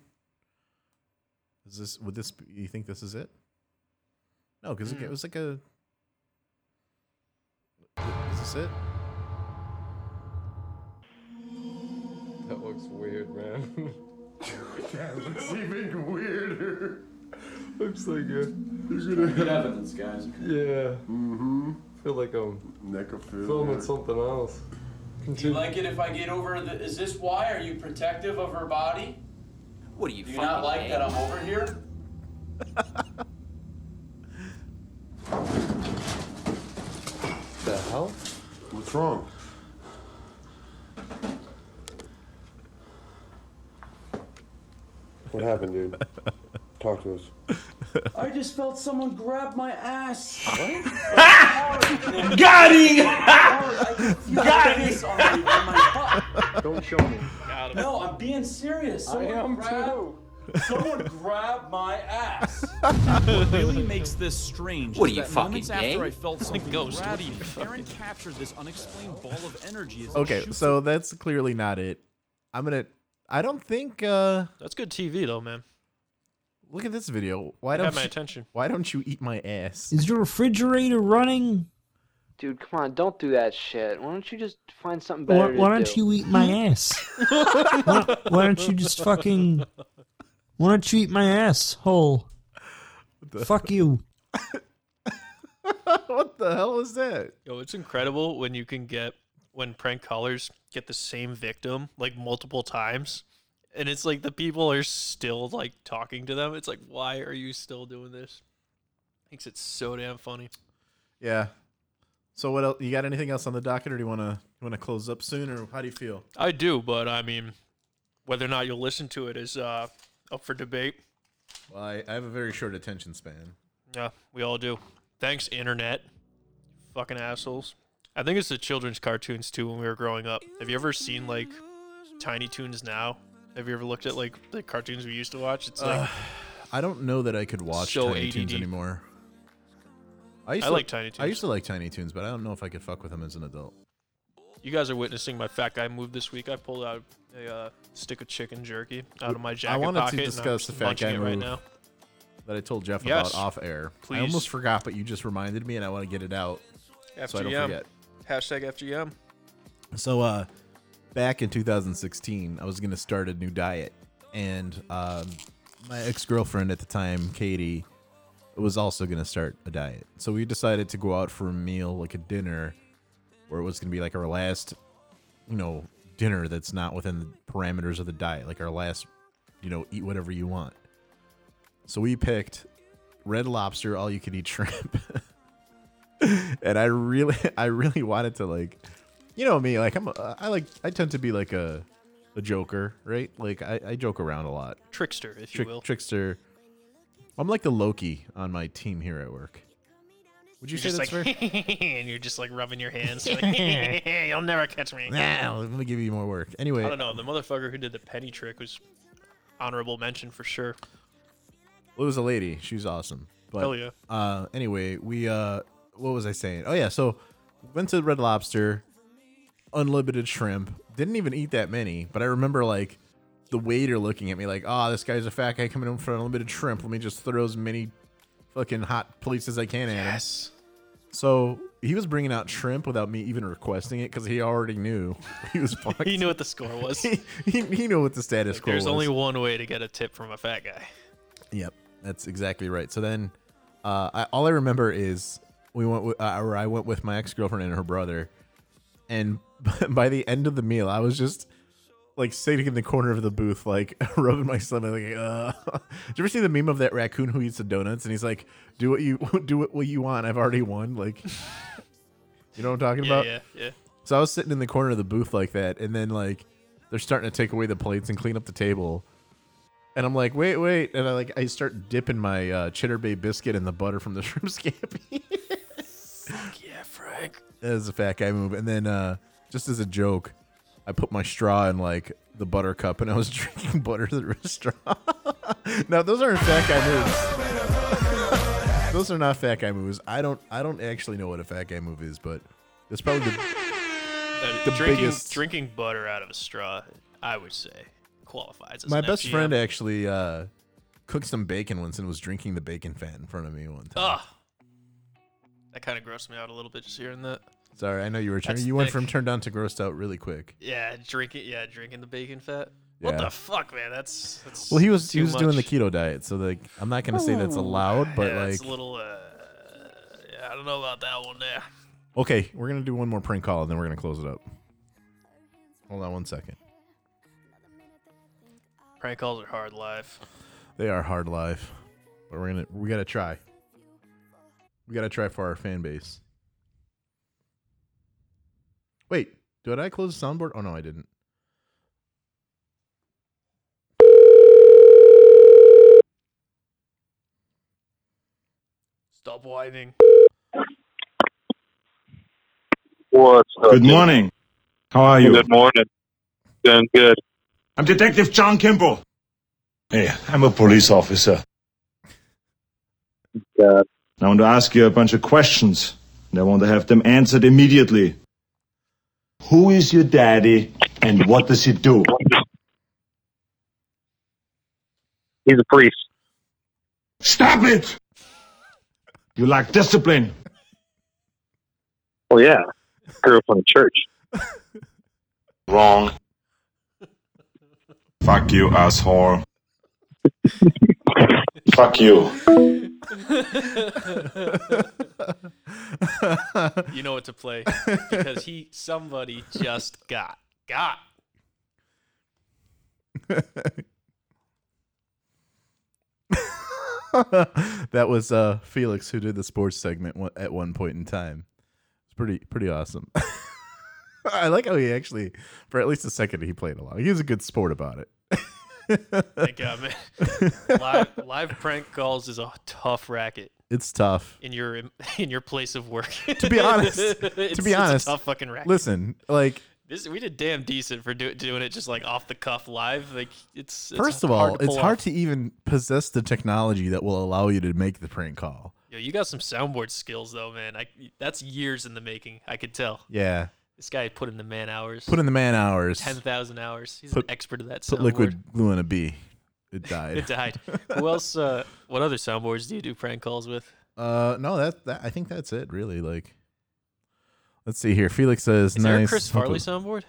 Is this? Would this? Be, you think this is it? No, because
Hmm.
it was like a. Is this it?
That looks weird, man.
That looks even weirder.
looks like a.
There's gonna be evidence,
guys. Yeah. Mm-hmm. feel like I'm filming something else.
Do you like it if I get over the? Is this why? Are you protective of her body? What are you? Do you not like that I'm over here?
The hell? What's wrong?
What happened, dude? Talk to us.
I just felt someone grab my ass.
Got him!
Got him!
Don't show me.
No, I'm being serious.
I
Someone
am
grab,
too.
Someone grab my ass. what really makes this strange
What are
is
you,
that
fucking
moments
gay?
after I felt something
Ghost,
grab
what are
me,
you
Aaron captured this unexplained ball of energy. As he
Okay,
shoots
so that's clearly not it. I'm gonna. I don't think. uh
That's good TV though, man.
Look at this video. Why
It got
don't
my
you-
attention.
Why don't you eat my ass?
Is your refrigerator running?
Dude, come on, don't do that shit. Why don't you just find something
Why,
better?
why don't you eat my ass? why, why don't you just fucking Why don't you eat my asshole? Fuck you.
what the hell is that?
Yo, it's incredible when you can get when prank callers get the same victim like multiple times, and it's like the people are still like talking to them. It's like, why are you still doing this? Makes it so damn funny.
Yeah. So what else? You got anything else on the docket, or do you want to want to close up soon, or how do you feel?
I do, but I mean, whether or not you'll listen to it is uh, up for debate.
Well, I, I have a very short attention span.
Yeah, we all do. Thanks, internet. Fucking assholes. I think it's the children's cartoons too when we were growing up. Have you ever seen like Tiny Toons now? Have you ever looked at like the cartoons we used to watch? It's like
Ugh, Uh, I don't know that I could watch
So
Tiny Toons
ADD.
anymore.
I like Tiny
I
Toons.
used to like Tiny Toons, but I don't know if I could fuck with them as an adult.
you guys are witnessing my fat guy move this week. I pulled out a uh, stick of chicken jerky out of my jacket
I wanted
pocket.
to
and I'm
discuss the fat
munching
guy
it
move
right now.
that I told Jeff
Yes.
about off air. I
Please.
almost forgot, but you just reminded me, and I want to get it out so I don't
FGM.
forget.
Hashtag FGM.
So, uh, back in 2016, I was gonna start a new diet, and um, my ex girlfriend at the time, Katie, was also gonna start a diet. So we decided to go out for a meal, like a dinner, where it was gonna be like our last, you know, dinner that's not within the parameters of the diet, like our last, you know, eat whatever you want. So we picked red lobster, all you can eat shrimp. and I really, I really wanted to like, you know me, like I'm, a, I like, I tend to be like a, a joker, right? Like I, I joke around a lot.
Trickster, if you
Trick-
will.
Trickster. I'm like the Loki on my team here at work. Would you
You're
say
just
that's
like, and you're just like rubbing your hands. You're like, You'll never catch me.
fair? Nah, let me give you more work. Anyway,
I don't know. The motherfucker who did the penny trick was honorable mention for sure.
Well, it was a lady. She was awesome. But,
Hell yeah.
Uh, anyway, we uh, what was I saying? Oh yeah, so went to Red Lobster, unlimited shrimp. Didn't even eat that many, but I remember like the waiter looking at me like, "Ah, this guy's a fat guy coming in for unlimited shrimp. Let me just throw as many fucking hot plates as I can at him."
Yes.
So he was bringing out shrimp without me even requesting it because he already knew he was fucked.
He knew what the score was.
he, he, he knew what the status quo
There's
was.
only one way to get a tip from a fat guy.
Yep, that's exactly right. So then, uh, I, all I remember is we went, with, uh, or I went with my ex girlfriend and her brother, and by the end of the meal, I was just like sitting in the corner of the booth, like rubbing my stomach. Like, uh. did you ever see the meme of that raccoon who eats the donuts and he's like, "Do what you do what, what you want. I've already won." Like, you know what I'm talking
Yeah,
about?
yeah, yeah.
So I was sitting in the corner of the booth like that, and then like they're starting to take away the plates and clean up the table. And I'm like, wait, wait, and I like I start dipping my uh, Cheddar Bay biscuit in the butter from the shrimp scampi. Fuck
yeah, Frank.
That is a fat guy move. And then uh, just as a joke, I put my straw in like the butter cup, and I was drinking butter that was straw. now those aren't fat guy moves. those are not fat guy moves. I don't I don't actually know what a fat guy move is, but it's probably the
That-
The
Uh, drinking,
biggest-
drinking butter out of a straw, I would say, qualifies as
my
an
best
FGM.
friend actually uh, cooked some bacon once and was drinking the bacon fat in front of me one time.
Ugh. That kind of grossed me out a little bit just hearing that.
Sorry, I know you were turned.
That's
You went
thick.
from turned on to grossed out really quick.
Yeah, drinking. Yeah, drinking the bacon fat. What
Yeah.
the fuck, man? That's, that's
Well, he was he
too
was doing the
much.
keto diet, so like I'm not gonna say that's
Ooh.
allowed, but
yeah,
like
it's a little. Uh, yeah, I don't know about that one there.
okay, we're gonna do one more prank call and then we're gonna close it up. Hold on one second.
Prank calls are hard live.
They are hard live, but we're gonna we gotta try. We gotta try for our fan base. Wait, did I close the soundboard? Oh no, I didn't.
Stop whining.
What's up? Good morning. How are you? uh, Good morning. Doing good. I'm Detective John Kimball. Hey, I'm a police officer. I want to ask you a bunch of questions, and I want to have them answered immediately. Who is your daddy, and what does he do? He's a priest. Stop it! You lack discipline.
Well, yeah, grew up in the church.
Wrong. Fuck you, asshole. Fuck you.
you know what to play because he somebody just got got.
that was uh, Felix who did the sports segment wa- at one point in time. It's pretty pretty awesome. I like how he actually, for at least a second, he played along. He was a good sport about it.
Thank God, man. live live prank calls is a tough racket.
It's tough.
in your in your place of work.
To be honest,
It's-
to
it's
be
a
honest,
tough fucking racket.
Listen, like
This we did damn decent for do, doing it just like off the cuff live. Like it's, it's
first of
hard
all,
to
it's
pull
hard
off.
to even possess the technology that will allow you to make the prank call.
Yo, you got some soundboard skills though, man. I that's years in the making. I could tell.
Yeah.
This guy put in the man hours.
Put in the man hours.
Ten thousand hours. He's an expert at that.
Put
soundboard.
liquid glue in a bee. It died.
It died. Who else? Uh, what other soundboards do you do prank calls with?
Uh, no, that, that I think that's it. Really, like, let's see here. Felix says,
Is
"Nice."
there a Chris Farley
hopefully-
soundboard?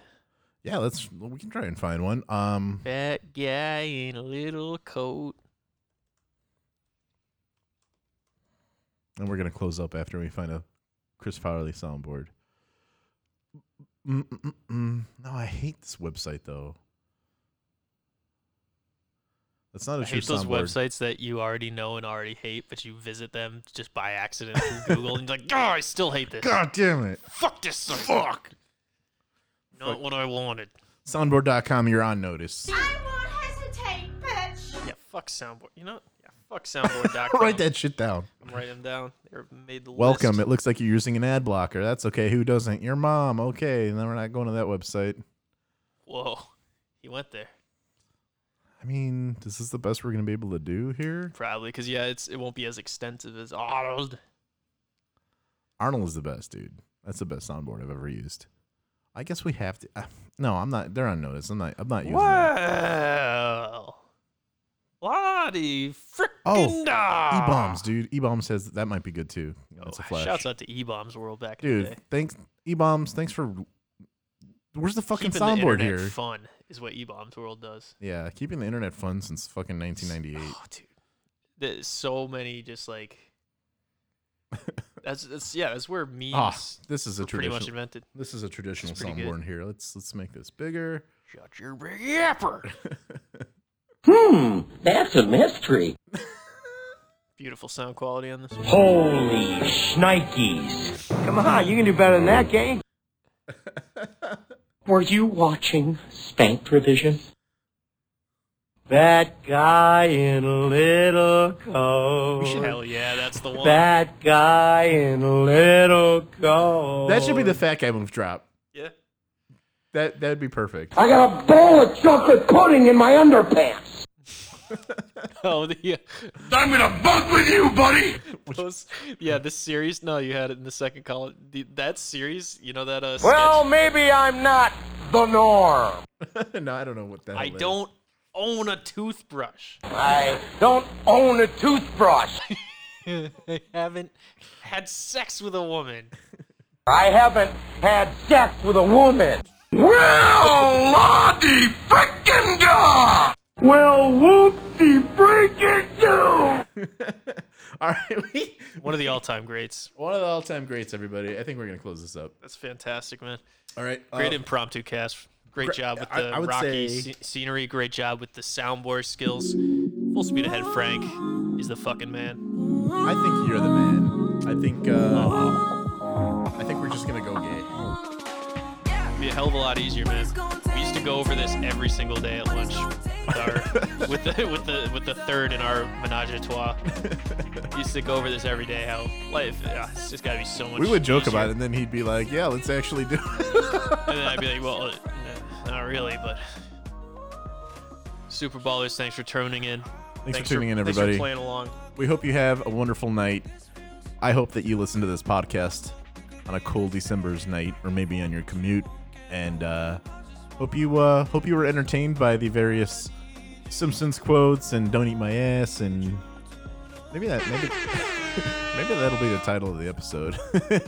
Yeah, let's. We can try and find one. Um,
Fat guy in a little coat.
and we're gonna close up after we find a Chris Farley soundboard. Mm, mm, mm, mm. No, I hate this website though. That's not a
I
true
hate those
soundboard.
websites that you already know and already hate, but you visit them just by accident through Google and you're like, oh, I still hate this.
God damn it!
Fuck this site. Fuck. Not what I wanted.
Soundboard.com, you're on notice.
won't hesitate, bitch. Yeah, fuck soundboard. You know, yeah, fuck soundboard.com.
Write that shit down.
I'm writing them down. They're made the
Welcome.
list.
It looks like you're using an ad blocker. That's okay. Who doesn't? Your mom. Okay. And then we're not going to that website.
Whoa, he went there.
I mean, this is the best we're going to be able to do here.
Probably because yeah, it's it won't be as extensive as "Oh, Arnold.
Arnold is the best, dude. That's the best soundboard I've ever used. I guess we have to. Uh, no, I'm not. They're on notice. I'm not. I'm not using.
Well, Lottie frickin'
Oh,
da.
E bombs, dude. E bombs says that might be good too. That's a flash.
Oh, Shouts out to E Bombs World back in the
dude.
day.
Thanks, E bombs. Thanks for. Where's the fucking
Keeping the
soundboard
internet
here?
Fun is what E Bombs World does.
Yeah, keeping the internet fun since fucking 1998.
Oh, There's so many just like. That's, that's yeah. That's where memes.
Ah, this is a
were pretty much
traditional-
invented.
This is a traditional
pretty good.
soundboard here. Let's let's make this bigger.
Shut your big yapper.
Hmm, that's a mystery.
Beautiful sound quality on this. one.
Holy shnikes. Come on, you can do better than that, gang. Were you watching Spank Provision? That guy in a little coat.
Hell yeah, that's the one.
That guy in a little coat.
That should be the fat guy move drop.
Yeah.
That that'd be perfect.
I got a bowl of chocolate pudding in my underpants.
Oh, the,
I'm gonna bunk with you, buddy.
Those, yeah, this series. No, you had it in the second column. The, that series, you know that. Uh,
Well, maybe I'm not the norm.
no, I don't know what that.
I don't own a toothbrush.
I don't own a toothbrush.
I haven't had sex with a woman.
I haven't had sex with a woman. Well, Lottie frickin' da! Well, whoopsie freaking do!
All right, we,
One of the all-time greats.
One of the all-time greats, everybody. I think we're gonna close this up.
That's fantastic, man.
All right,
Great
uh,
impromptu cast. Great
gra-
job with
I-
the
I would
rocky
say-
sce- scenery. Great job with the soundboard skills. Full speed ahead, Frank. Is the fucking man.
I think you're the man. I think. Uh, I think we're just gonna go gay.
It'd be a hell of a lot easier, man. We used to go over this every single day at lunch with our with the with the with the third in our menage a trois. We used to go over this every day. How life, uh, it's just gotta be so much.
We would joke
easier.
about it, and then he'd be like, "Yeah, let's actually do it."
and then I'd be like, well, uh, not really, but Super Ballers, thanks for tuning in.
Thanks, for tuning in,
thanks
everybody.
for playing along.
We hope you have a wonderful night. I hope that you listen to this podcast on a cold December's night, or maybe on your commute, and uh, hope you uh, hope you were entertained by the various Simpsons quotes and "Don't eat my ass" and maybe that maybe maybe that'll be the title of the episode.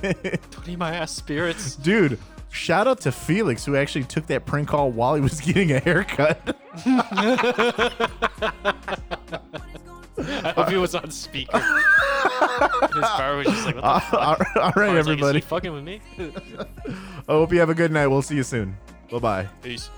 Don't eat my ass, spirits.
Dude, shout out to Felix who actually took that prank call while he was getting a haircut.
movie was on speaker. this bar was just like, what the
Uh,
fuck?
all right, all
Bar's
right,
like, "Is he
everybody."
fucking with me?
I hope you have a good night. We'll see you soon. Bye bye.
Peace.